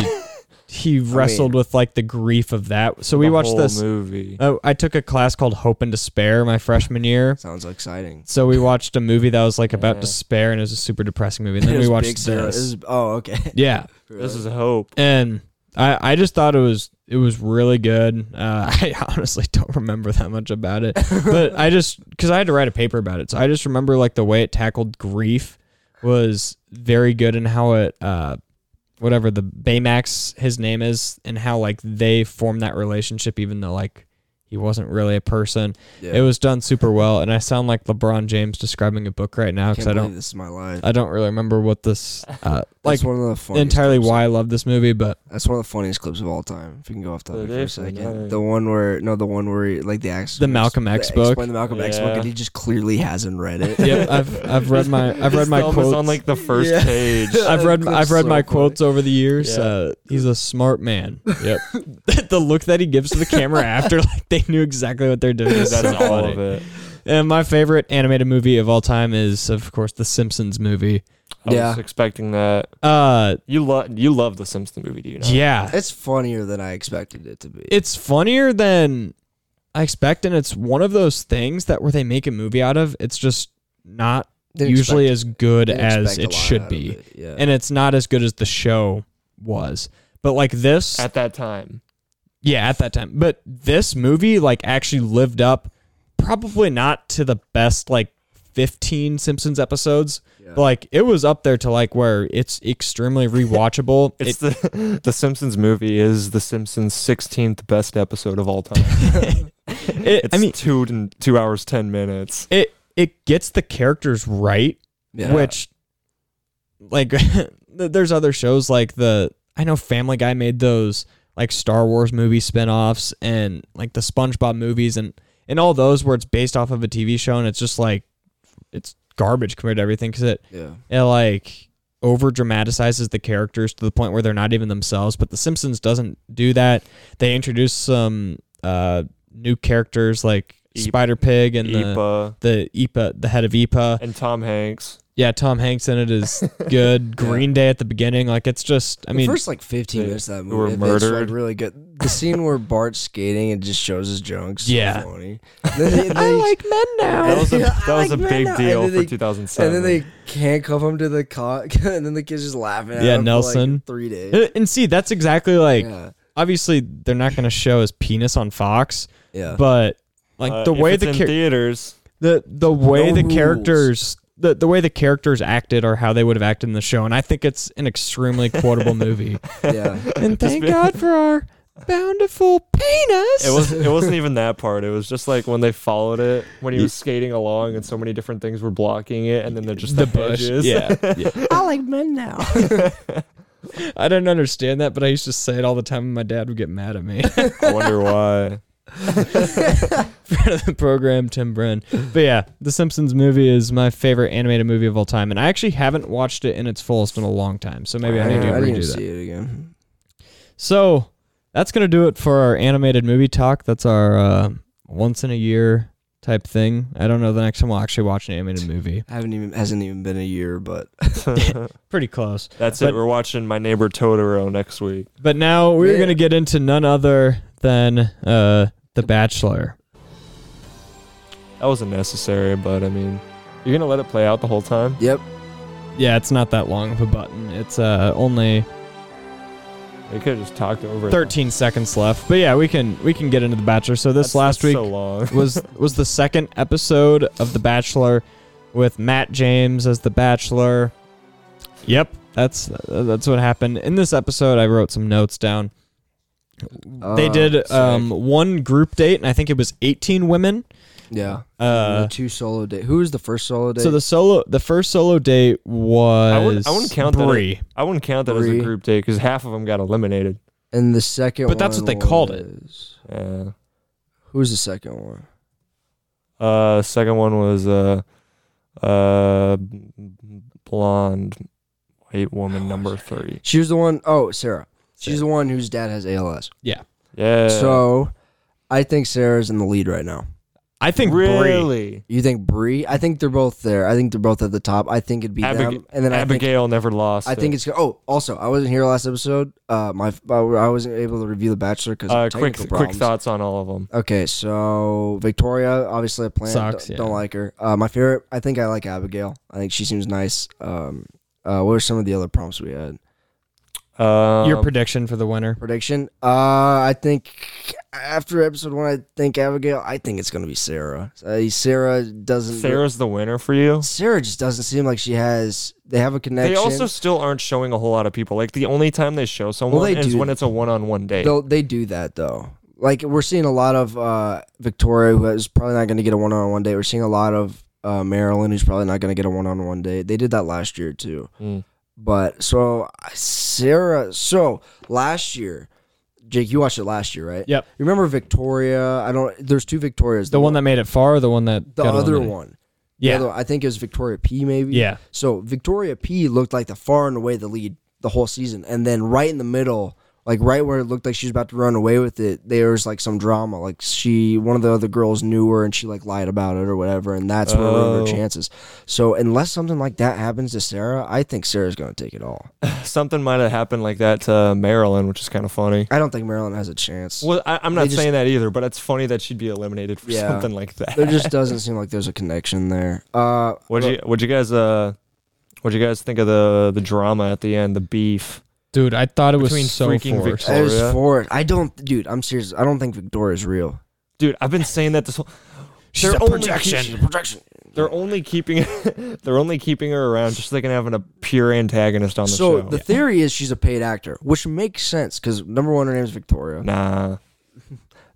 S3: he wrestled with like the grief of that. So we
S5: The
S3: watched
S5: whole
S3: this
S5: movie.
S3: uh, I took a class called Hope and Despair my freshman year.
S4: Sounds exciting.
S3: So we watched a movie that was like about despair and it was a super depressing movie. And then
S4: It
S3: we
S4: was
S3: watched
S4: Big Sarah.
S3: this.
S4: It was- oh, okay.
S3: yeah.
S5: This is hope.
S3: and I, I just thought it was it was really good. Uh, I honestly don't remember that much about it, but I just because I had to write a paper about it, so I just remember like the way it tackled grief was very good and how it uh, whatever the Baymax his name is and how like they formed that relationship even though like he wasn't really a person.
S4: Yeah.
S3: It was done super well, and I sound like LeBron James describing a book right now
S4: Can't
S3: because I
S4: believe
S3: don't
S4: This is my life.
S3: I don't really remember what this uh, like
S4: that's one of the funniest
S3: entirely
S4: clips.
S3: why I love this movie, but.
S4: That's one of the funniest clips of all time. If you can go off topic for
S5: day
S4: a
S5: for the
S4: second,
S5: night.
S4: the one where no, the one where he- like the X,
S3: The Malcolm X
S4: the-
S3: book.
S4: Explain the Malcolm X book,
S5: Yeah.
S4: and he just clearly hasn't read it.
S3: yep, I've I've read my I've read
S5: His
S3: my
S5: thumb
S3: quotes.
S5: is on like the first
S4: Yeah.
S5: page.
S3: I've read I've read
S4: so
S3: my
S4: funny.
S3: quotes over the years.
S5: Yeah.
S3: Uh, he's a smart man. Yep. the look that he gives to the camera after, like they knew exactly what they're doing. is
S5: That's
S3: so
S5: all
S3: funny.
S5: of it.
S3: And my favorite animated movie of all time is, of course, the Simpsons movie.
S5: I
S4: Yeah.
S5: was expecting that.
S3: Uh,
S5: You love you love the Simpson movie, do you not?
S3: yeah,
S4: It's funnier than I expected it to be.
S3: it's funnier than I expect, and it's one of those things that where they make a movie out of. It's just not
S4: Didn't
S3: usually
S4: expect-
S3: as good
S4: didn't
S3: as
S4: expect a
S3: it
S4: lot
S3: should
S4: out of
S3: be.
S4: it, yeah.
S3: and it's not as good as the show was. But like this,
S5: At that time.
S3: yeah, at that time. But this movie like actually lived up, probably not to the best like fifteen Simpsons episodes. But like it was up there to like where it's extremely rewatchable.
S5: It's
S3: it,
S5: the The Simpsons movie is the Simpsons sixteenth best episode of all time.
S3: it-
S5: It's
S3: I mean,
S5: two and two hours ten minutes.
S3: it it gets the characters right,
S4: Yeah.
S3: which like th- there's other shows like the I know Family Guy made those like Star Wars movie spin-offs and like the SpongeBob movies and and all those where it's based off of a TV show and it's just like it's garbage compared to everything cuz it
S4: yeah,
S3: it like over dramatizes the characters to the point where they're not even themselves but the simpsons doesn't do that they introduce some uh new characters like
S5: Eep-
S3: spider pig and uh, the
S5: Ipa
S3: the Ipa, the head of Ipa.
S5: and Tom Hanks.
S3: Yeah, Tom Hanks in it is good. Green Day at the beginning, like it's just. I mean,
S4: the first like 15
S5: they
S4: minutes of that movie
S5: were
S4: it's, like,
S5: murdered.
S4: really good. The scene where Bart's skating and just shows his junk. So
S3: Yeah.
S4: funny. Then they- they-
S3: men
S5: That was a
S4: Yeah, I
S5: that was a
S4: like
S5: big
S4: Mad-
S5: deal
S4: and then
S5: for
S4: they-
S5: two thousand
S4: and
S5: seven.
S4: then they handcuff him to the cot, and then the kid's just laughing. At
S3: Yeah,
S4: him For,
S3: Nelson.
S4: like, three days.
S3: And see, that's exactly like.
S4: Yeah.
S3: Obviously, they're not going to show his penis on Fox,
S4: Yeah.
S3: but like the way
S5: Uh, it's
S3: the
S5: in
S3: char-
S5: theaters
S3: the the way
S4: No
S3: the
S4: rules.
S3: characters the, the way the characters acted or how they would have acted in the show, and I think it's an extremely quotable movie.
S4: yeah.
S3: And thank God for our bountiful penis.
S5: It wasn't. It wasn't even that part. It was just like when they followed it when he was skating along, and so many different things were blocking it, and then they're just the, hedges.
S3: Yeah. I like men now. I don't understand that, but I used to say it all the time, and my dad would get mad at me for
S5: I wonder why.
S3: the program, Tim Bren. But yeah, The Simpsons movie is my favorite animated movie of all time, and I actually haven't watched it in its fullest in a long time, so maybe I need to
S4: I didn't even
S3: redo
S4: see
S3: that.
S4: it again.
S3: So that's gonna do it for our animated movie talk. That's our uh, once in a year type thing. I don't know the next time we'll actually watch an animated movie.
S4: I haven't even hasn't even been a year, but
S3: Pretty close.
S5: That's
S3: But-
S5: it. We're watching My Neighbor Totoro next week.
S3: But now we're
S4: Yeah.
S3: going to get into none other than uh, The Bachelor.
S5: That wasn't necessary, but I mean, you're gonna let it play out the whole time.
S4: yep.
S3: Yeah, it's not that long of a button. It's uh, only
S5: We could have just talked over it.
S3: 13 seconds left. But yeah, we can we can get into the Bachelor. So this
S5: That's-
S3: last
S5: that's
S3: week
S5: So long.
S3: was was the second episode of the Bachelor with Matt James as the Bachelor. Yep, that's uh, that's what happened in this episode. I wrote some notes down. they
S5: Oh,
S4: Uh,
S3: did
S4: sick.
S3: um, one group date, and I think it was 18 women.
S4: yeah.
S3: Uh,
S4: The two solo day. Who was the first solo day?
S3: So the solo, the first solo date was
S5: I wouldn't, I wouldn't count
S3: Brie.
S5: that. I wouldn't count that as
S4: Bree.
S5: a group date because half of them got eliminated.
S4: and the second.
S3: But that's
S4: one
S3: what they called it.
S4: was-
S5: Yeah.
S4: Who was the second one?
S5: Uh, second one was uh, uh, blonde white woman number three.
S4: She was the one oh Sarah. She's the one whose dad has ALS.
S3: Yeah,
S5: Yeah.
S4: So, I think Sarah's in the lead right now.
S3: I think Brie.
S5: really,
S4: You think Bree? I think they're both there. I think they're both at the top. I think it'd be
S5: Abig-
S4: them. And then I think
S5: Abigail never lost.
S4: I think
S5: it.
S4: it's oh. Also, I wasn't here last episode. Uh, my I wasn't able to review The Bachelor because
S5: uh,
S4: of
S5: quick
S4: technical
S5: quick
S4: problems.
S5: thoughts on all of them.
S4: Okay, so Victoria, obviously a plan.
S3: Sucks,
S4: don't,
S3: yeah.
S4: don't like her. Uh, my favorite, I think I like Abigail. I think she seems nice. Um, uh, what were some of the other prompts we had?
S5: Um,
S3: Your prediction for the winner?
S4: Prediction? Uh, I think after episode one, I think Abigail. I think it's gonna be Sarah. Uh, Sarah doesn't.
S5: Sarah's the winner for you.
S4: Sarah just doesn't seem like she has. They have a connection.
S5: They also still aren't showing a whole lot of people. Like the only time they show someone
S4: they
S5: is
S4: do.
S5: when it's a one-on-one date.
S4: They'll, they do that though. Like we're seeing a lot of uh, Victoria, who is probably not going to get a one-on-one date. We're seeing a lot of uh, Marilyn, who's probably not going to get a one-on-one date. They did that last year too.
S5: Mm.
S4: But so uh, Sarah, so last year, Jake, you watched it last year, right?
S3: Yep.
S4: You remember Victoria? I don't. There's two Victorias.
S3: The one that made it far, or the one that
S4: the
S3: got
S4: other
S3: eliminated?
S4: one. The
S3: Yeah,
S4: other one, I think it was Victoria P. Maybe.
S3: yeah.
S4: So Victoria P looked like the far and away the lead the whole season, and then right in the middle, like right where it looked like she was about to run away with it, there was like some drama. Like she, one of the other girls knew her, and she like lied about it or whatever, and that's what ruined her
S5: Oh.
S4: chances. So unless something like that happens to Sarah, I think Sarah's gonna take it all.
S5: Something might have happened like that to Marilyn, which is kind of funny.
S4: I don't think Marilyn has a chance.
S5: Well, I, I'm not
S4: just-
S5: saying that either, but it's funny that she'd be eliminated for
S4: Yeah.
S5: something like that.
S4: There just doesn't seem like there's a connection there. Uh,
S5: What you What you guys uh, What you guys think of the the drama at the end, the beef?
S3: Dude, I thought it was
S5: Between
S3: so
S5: freaking
S3: forced.
S5: Victoria-
S4: as for I don't, dude, I'm serious. I don't think Victoria's real.
S5: Dude, I've been saying that this whole.
S4: She's
S5: They're
S4: a
S5: only
S4: projection.
S5: keep-
S4: She's a projection.
S5: They're only keeping. they're only keeping her around just so they can have an, a pure antagonist on the
S4: so
S5: show.
S4: the theory is she's a paid actor, which makes sense because number one, her name is Victoria.
S5: nah.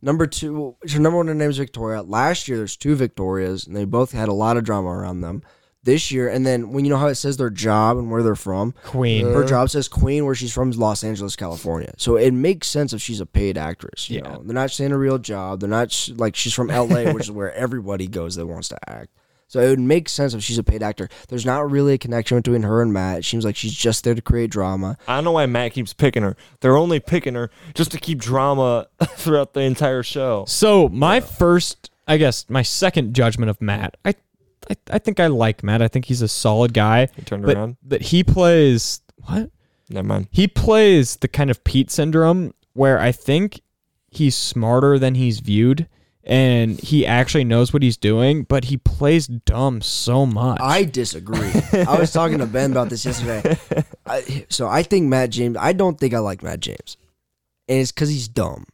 S4: Number two, well, her number one, her name is Victoria. Last year, there's two Victorias, and they both had a lot of drama around them. This year, and then when you know how it says their job and where they're from,
S3: Queen.
S4: Her job says Queen, where she's from, is Los Angeles, California. So it makes sense if she's a paid actress. You
S3: Yeah.
S4: know, they're not saying a real job. They're not sh- like she's from LA, which is where everybody goes that wants to act. So it would make sense if she's a paid actor. There's not really a connection between her and Matt. It seems like she's just there to create drama.
S5: I don't know why Matt keeps picking her. They're only picking her just to keep drama throughout the entire show.
S3: So my first, I guess, my second judgment of Matt. I, I, I think I like Matt. I think he's a solid guy. He
S5: turned
S3: but,
S5: around?
S3: But he plays what?
S5: Never mind.
S3: He plays the kind of Pete syndrome where I think he's smarter than he's viewed, and he actually knows what he's doing, but he plays dumb so much.
S4: I disagree. I was talking to Ben about this yesterday. I, so I think Matt James. I don't think I like Matt James, and it's because he's dumb.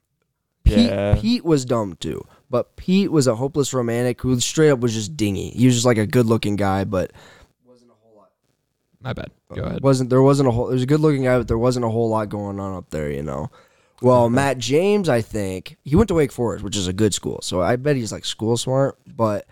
S4: Pete,
S5: Yeah.
S4: Pete was dumb too, but Pete was a hopeless romantic who straight up was just dingy. He was just like a good-looking guy, but
S3: My bad. Go ahead.
S4: wasn't there wasn't a whole. There was a good-looking guy, but there wasn't a whole lot going on up there, you know. Well, Matt James, I think he went to Wake Forest, which is a good school, so I bet he's like school smart, but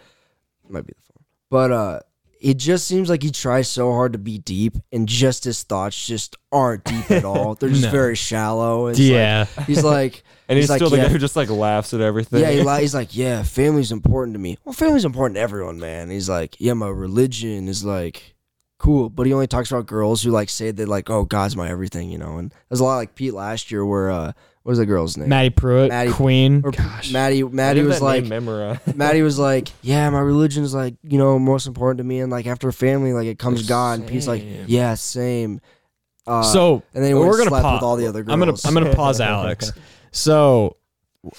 S4: might be the phone. But uh it just seems like he tries so hard to be deep and just his thoughts just aren't deep at all. They're just
S3: No.
S4: very shallow. It's
S3: Yeah.
S4: Like, he's like
S5: And he's,
S4: like,
S5: still the
S4: yeah,
S5: guy who just like laughs at everything.
S4: yeah, he li- he's like, yeah, family's important to me. Well, family's important to everyone, man. He's like, yeah, my religion is like cool, but he only talks about girls who like say that like, oh, God's my everything, you know. And there's a lot like Pete last year where uh, what was the girl's name?
S3: Maddie Pruitt,
S4: Maddie-
S3: Queen.
S4: Or
S3: Gosh.
S4: Maddie. Maddie was like,
S5: memorize.
S4: Maddie was like, "Yeah, my religion's like you know most important to me, and like after family, like it comes God." And Pete's like, "Yeah, same." Uh,
S3: so
S4: and then he
S3: we're
S4: went
S3: gonna
S4: slept
S3: pause
S4: with all the other girls.
S3: I'm gonna I'm gonna pause Alex. So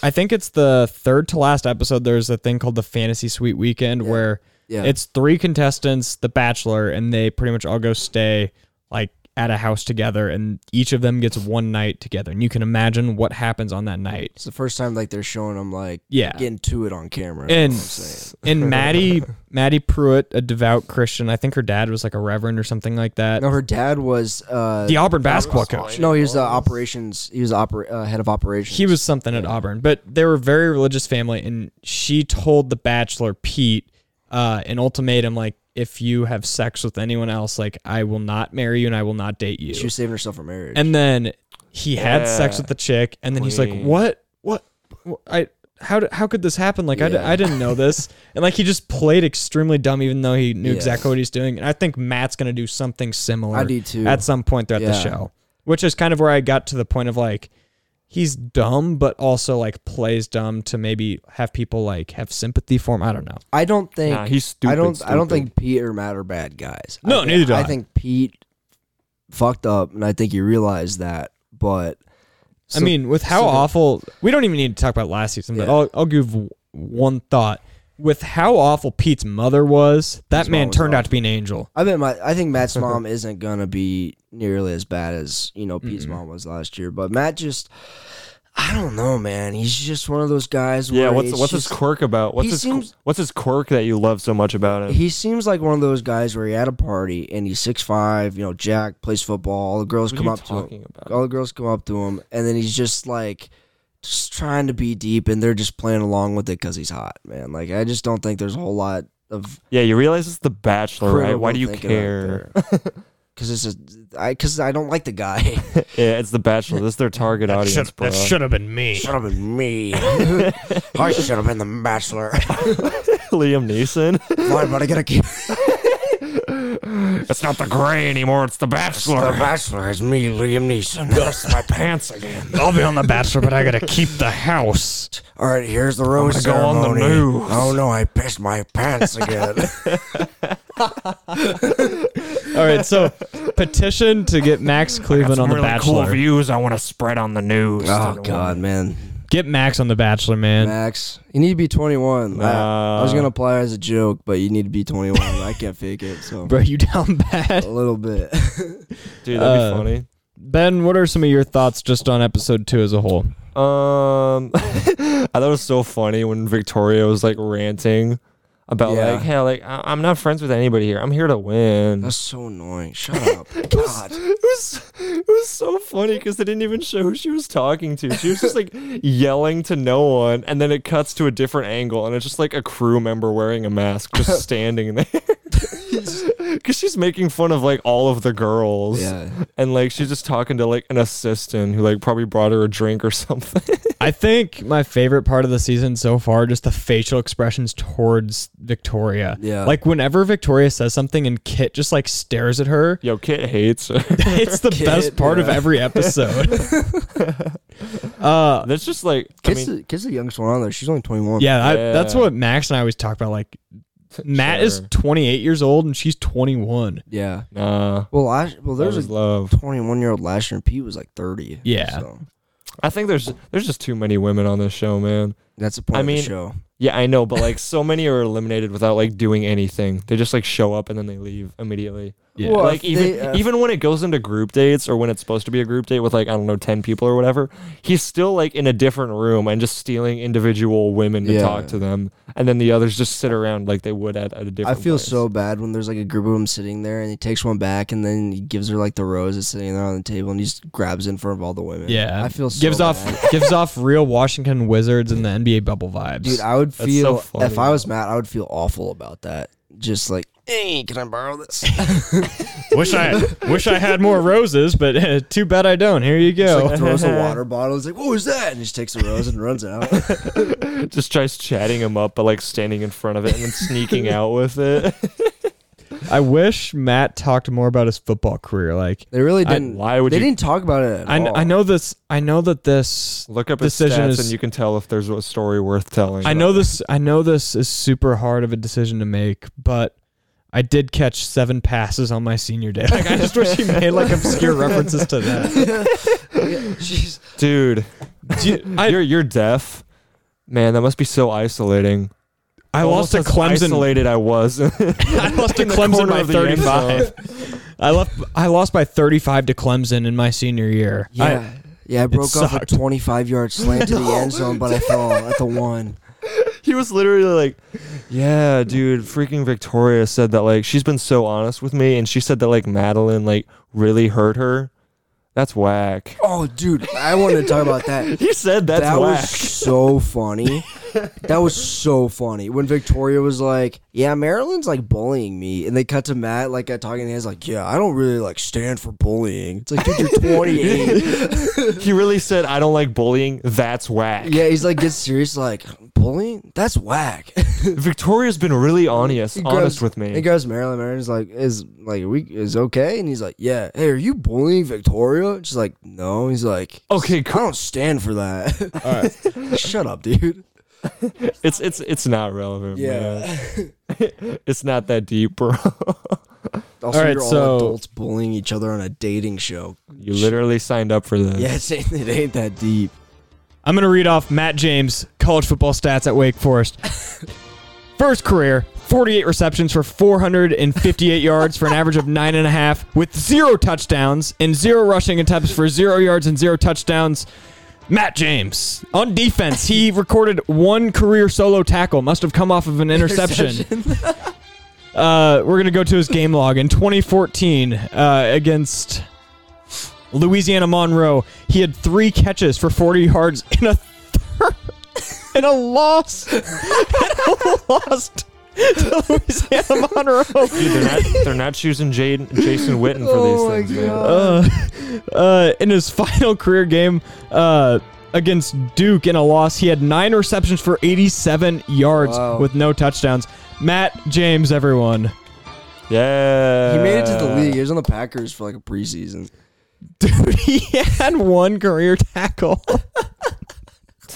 S3: I think it's the third to last episode. There's a thing called the Fantasy Suite Weekend where
S4: yeah.
S3: it's three contestants, The Bachelor, and they pretty much all go stay like at a house together, and each of them gets one night together, and you can imagine what happens on that night.
S4: It's the first time like they're showing them like
S3: Yeah.
S4: getting to it on camera.
S3: And
S4: I'm saying.
S3: and Maddie Maddie Pruitt, a devout Christian, I think her dad was like a reverend or something like that.
S4: no, her dad was uh,
S3: the Auburn basketball coach.
S4: no, he was the operations. He was the opera, uh, head of operations.
S3: He was something at Auburn, but they were a very religious family, and she told the bachelor Pete uh, an ultimatum like, if you have sex with anyone else, like I will not marry you and I will not date you.
S4: she was saving herself for marriage.
S3: and then he had sex
S5: Yeah.
S3: with the chick, and then he's like,
S5: Queen.
S3: "What? What? Wh- I how did, how could this happen? Like I d-
S4: Yeah.
S3: I didn't know this." and like he just played extremely dumb, even though he knew
S4: Yeah.
S3: exactly what he's doing. And I think Matt's gonna do something similar.
S4: I do too.
S3: at some point throughout the
S4: Yeah.
S3: show, which is kind of where I got to the point of like. He's dumb, but also like plays dumb to maybe have people like have sympathy for him. I don't know.
S4: I don't think
S5: Nah, he's
S4: I
S5: stupid,
S4: don't. I don't
S5: stupid.
S4: think Pete or Matt are bad guys.
S3: No,
S4: I think,
S3: neither do I.
S4: think Pete fucked up, and I think he realized that. But
S3: I mean, with how
S4: so-
S3: awful, we don't even need to talk about last season, but
S4: Yeah.
S3: I'll, I'll give w- one thought. With how awful Pete's mother was, that
S4: His
S3: man
S4: mom was
S3: turned out to
S4: awful.
S3: be an angel.
S4: I bet my. I think Matt's mom isn't gonna be nearly as bad as you know Pete's mom was last year. But Matt just. I don't know, man. He's just one of those guys. Where
S5: Yeah, what's
S4: it's
S5: what's
S4: just,
S5: his quirk about? What's
S4: he
S5: his qu-
S4: seems-
S5: what's his quirk that you love so much about him?
S4: He seems like one of those guys where he at a party and he's six five, you know, Jack plays football, all the girls
S5: What are
S4: come
S5: you
S4: up to
S5: talking
S4: him.
S5: about?
S4: All the girls come up to him and then he's just like just trying to be deep and they're just playing along with it cuz he's hot, man. Like I just don't think there's a whole lot of
S5: yeah, you realize it's The Bachelor, right? Why do you care?
S4: Cuz it's a, I cuz I don't like the guy.
S5: Yeah, it's The Bachelor. This is their target audience, bro.
S3: have been me.
S4: should have been me. I should have been the bachelor.
S5: Liam Neeson.
S4: Why am I going to keep
S5: it's not the gray anymore. It's The Bachelor.
S4: bachelor is me, Liam Neeson.
S5: my pants again.
S3: I'll be on The Bachelor, but I gotta keep the house.
S4: All right, here's the rose
S5: gonna go on the
S4: ceremony.
S5: news.
S4: Oh no, I pissed my pants again.
S3: All right, so petition to get Max Cleveland on The Bachelor.
S5: views I want to spread on the news.
S4: oh god, man,
S3: get Max on The Bachelor, man.
S4: Max, you need to be 21. I, I was
S5: Nah.
S4: gonna apply as a joke, but you need to be 21. I can't fake it, so
S3: Bro, you down bad.
S4: a little bit.
S5: dude, that'd
S3: Uh,
S5: be funny.
S3: Ben, what are some of your thoughts just on episode two as a whole?
S5: Um, I thought it was so funny when Victoria was like ranting about
S4: Yeah.
S5: like, hey, like I- I'm not friends with anybody here. I'm here to win.
S4: That's so annoying. Shut up, God.
S5: it was it was so funny because they didn't even show who she was talking to. She was just like yelling to no one, and then it cuts to a different angle, and it's just like a crew member wearing a mask just standing there. Because she's making fun of like all of the girls,
S4: Yeah.
S5: and like she's just talking to like an assistant who like probably brought her a drink or something.
S3: I think my favorite part of the season so far, just the facial expressions towards Victoria.
S4: Yeah.
S3: Like whenever Victoria says something and Kit just like stares at her,
S5: Yo, Kit hates her.
S3: it's the best part of
S4: yeah.
S3: every episode. uh,
S5: That's just like I
S4: Kiss,
S5: mean,
S4: the, kiss the youngest one on there. She's only 21.
S3: yeah, I,
S5: Yeah.
S3: that's what Max and I always talk about. Like Matt is
S5: Sure.
S3: 28 years old and she's 21.
S4: yeah.
S5: nah.
S4: Well, last, well,
S5: There's
S4: there's
S5: was
S4: a
S5: love.
S4: 21 year old last year, and Pete was like 30.
S3: Yeah.
S4: so
S5: I think there's there's just too many women on this show, man.
S4: that's the point
S5: I
S4: of
S5: mean,
S4: the show.
S5: Yeah, I know, but like so many are eliminated without like doing anything. They just like show up and then they leave immediately.
S3: Yeah.
S4: Well,
S5: like
S4: if
S5: even
S4: they, uh,
S5: even when it goes into group dates or when it's supposed to be a group date with like I don't know ten people or whatever, he's still like in a different room and just stealing individual women to
S4: Yeah.
S5: talk to them, and then the others just sit around like they would at, at a
S4: I
S5: different.
S4: feel
S5: place.
S4: so bad when there's like a group of them sitting there, and he takes one back, and then he gives her like the rose that's sitting there on the table, and he just grabs it in front of all the women.
S3: Yeah.
S4: I feel so
S3: gives
S4: bad.
S3: off gives off real Washington Wizards and the NBA bubble vibes.
S4: dude. I would
S5: so
S4: feel
S5: funny,
S4: if I was Matt, I would feel awful about that. Just like, hey, can I borrow this?
S3: wish I wish I had more roses, but too bad I don't. Here you go.
S4: like throws a water bottle. It's like, what was that? And he just takes the rose and runs out.
S5: just tries chatting him up, but like standing in front of it and then sneaking out with it.
S3: I wish Matt talked more about his football career. Like,
S4: They really
S3: I-
S4: didn't.
S5: why would
S4: they
S5: you-
S4: didn't talk about it? At
S3: I, kn-
S4: all.
S3: I know this. I know that this
S5: Look up his
S3: decision
S5: stats
S3: is.
S5: and you can tell if there's a story worth telling.
S3: I know this. I know this is super hard of a decision to make, but I did catch seven passes on my senior day. Like, I just wish he made like obscure references to that.
S4: Jeez.
S5: dude.
S3: Do you- I,
S5: you're you're deaf. Man, that must be so isolating.
S3: I lost
S5: Almost
S3: to
S5: as
S3: Clemson.
S5: Isolated I was.
S3: I lost to
S5: in the
S3: Clemson
S5: corner
S3: by
S5: of the end zone.
S3: thirty-five. I left. I lost by 35 to Clemson in my senior year. I-
S4: Yeah, yeah. I broke off
S3: sucked.
S4: a 25 yard slant to the end zone, but I fell at the one.
S5: He was literally like, "Yeah, dude, freaking Victoria said that like she's been so honest with me, and she said that like Madeline like really hurt her. That's whack."
S4: Oh, dude, I wanted to talk about that.
S5: He said that's
S4: that
S5: whack.
S4: was so funny. that was so funny when Victoria was like, "Yeah, Marilyn's like bullying me," and they cut to Matt like at talking to his like, "Yeah, I don't really like stand for bullying." It's like, dude, you're 28.
S5: he really said, "I don't like bullying. That's whack."
S4: yeah, he's like, get serious, like bullying. That's whack.
S5: Victoria's been really honest,
S4: He
S5: honest
S4: grabs-
S5: with
S4: He
S5: me.
S4: goes Marilyn. Marilyn's like, is like we is okay, and he's like, yeah. Hey, are you bullying Victoria? And she's like, no. He's like,
S5: Okay,
S4: I don't stand for that. Shut up, dude.
S5: It's it's it's not relevant. Yeah,
S4: Yeah.
S5: it's not that deep, bro.
S4: Also,
S3: All right,
S4: you're
S3: so- Mm.
S4: all adults bullying each other on a dating show.
S5: you literally signed up for this.
S4: Yeah, it's, ain't- it ain't that deep.
S3: I'm going to read off Matt James' college football stats at Wake Forest. First career, 48 receptions for 458 yards for an average of nine and a half, with zero touchdowns and zero rushing attempts for zero yards and zero touchdowns. Matt James on defense, he recorded one career solo tackle. Must have come off of an interception. uh, we're gonna go to his game log in 2014 uh, against Louisiana Monroe. He had three catches for 40 yards in a in a loss. in a lost to Louisiana Monroe.
S5: Dude, they're not they're not choosing Jaden Jason Witten for
S4: Oh my
S5: these things. man.
S4: God.
S3: uh, uh, in his final career game uh, against Duke in a loss, he had nine receptions for 87 yards
S4: Wow.
S3: with no touchdowns. Matt James, everyone.
S5: Yeah,
S4: He made it to the league. He was on the Packers for like a preseason.
S3: Dude, he had one career tackle.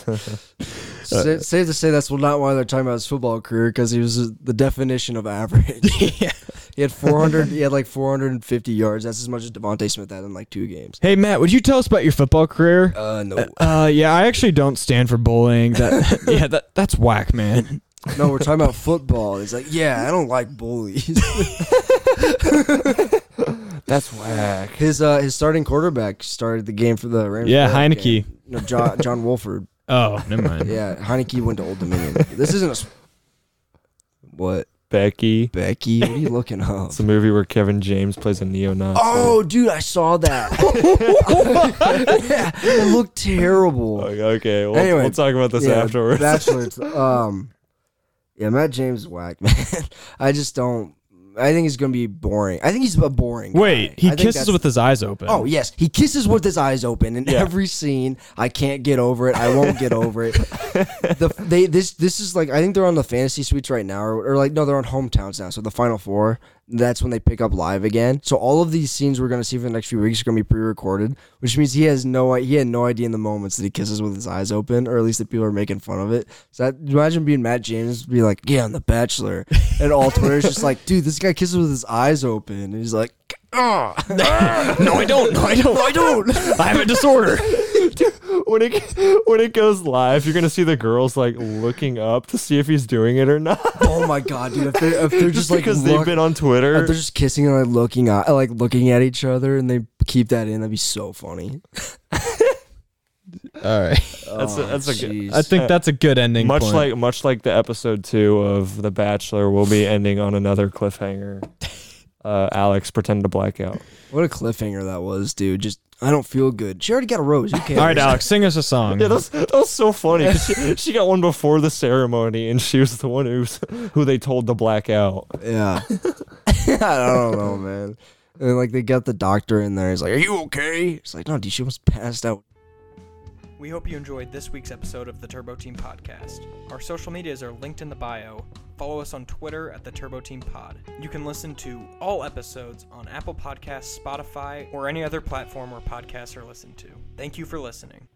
S3: Uh,
S4: Sa- safe to say that's not why they're talking about his football career because he was the definition of average.
S3: Yeah.
S4: he had 400. he had like 450 yards. That's as much as Devontae Smith had in like two games.
S3: Hey, Matt, would you tell us about your football career?
S4: Uh, no,
S3: Uh, yeah, I actually don't stand for bullying. That yeah, that that's whack, man.
S4: no, we're talking about football. He's like, yeah, I don't like bullies.
S5: That's whack.
S4: his uh, his starting quarterback started the game for the Rams.
S3: Yeah,
S4: playoff
S3: Heineke.
S4: game. No, John John Wolford.
S3: Oh, never mind.
S4: Yeah, Heineke went to Old Dominion. This isn't a. s- What
S5: Becky.
S4: Becky? What are you looking up?
S5: It's a movie where Kevin James plays a neo-Nazi.
S4: Oh, dude, I saw that. yeah, it looked terrible.
S5: Like, okay, we'll,
S4: Anyway,
S5: we'll talk about this
S4: yeah,
S5: afterwards.
S4: That's what it's. Um, yeah, Matt James is whack, man. I just don't. I think he's gonna be boring. I think he's a boring.
S3: Wait,
S4: guy. I
S3: he
S4: think
S3: kisses
S4: that's-
S3: with his eyes open.
S4: Oh yes, he kisses with his eyes open in
S5: Yeah.
S4: every scene. I can't get over it. I won't get over it. The they this this is like I think they're on the fantasy suites right now, or, or like no, they're on hometowns now. So the final four, that's when they pick up live again. So all of these scenes we're gonna see for the next few weeks are gonna be pre-recorded, which means he has no he had no idea in the moments that he kisses with his eyes open, or at least that people are making fun of it. So that, imagine being Matt James, be like, yeah, I'm The Bachelor, and all Twitter's just like, dude, this guy kisses with his eyes open, and he's like. "Ah."
S3: no, I don't. No, I don't. I don't. I have a disorder.
S5: when it when it goes live, you're gonna see the girls like looking up to see if he's doing it or not.
S4: Oh my god, dude! If they're, if they're just,
S5: Just
S4: like
S5: because
S4: look-
S5: they've been on
S4: if
S5: Twitter.
S4: they're just kissing and like looking at like looking at each other, and they keep that in, that'd be so funny.
S3: All right.
S5: That's a, that's a good.
S4: Oh, Jeez.
S3: I think that's a good ending.
S5: Much
S3: point.
S5: like much like the episode two of The Bachelor, will be ending on another cliffhanger. Uh, Alex pretend to blackout.
S4: what a cliffhanger that was, dude! Just I don't feel good. She already got a rose. Who cares?
S3: All right, Alex, sing us a song.
S5: Yeah, that was, that was so funny. 'cause She, she got one before the ceremony, and she was the one who's who they told to black out.
S4: Yeah. I don't know, man. And then, like they got the doctor in there. He's like, "Are you okay?" It's like, "No, dude, she almost passed out."
S6: We hope you enjoyed this week's episode of the Turbo Team Podcast. Our social medias are linked in the bio. Follow us on Twitter at the Turbo Team Pod. You can listen to all episodes on Apple Podcasts, Spotify, or any other platform where podcasts are listened to. Thank you for listening.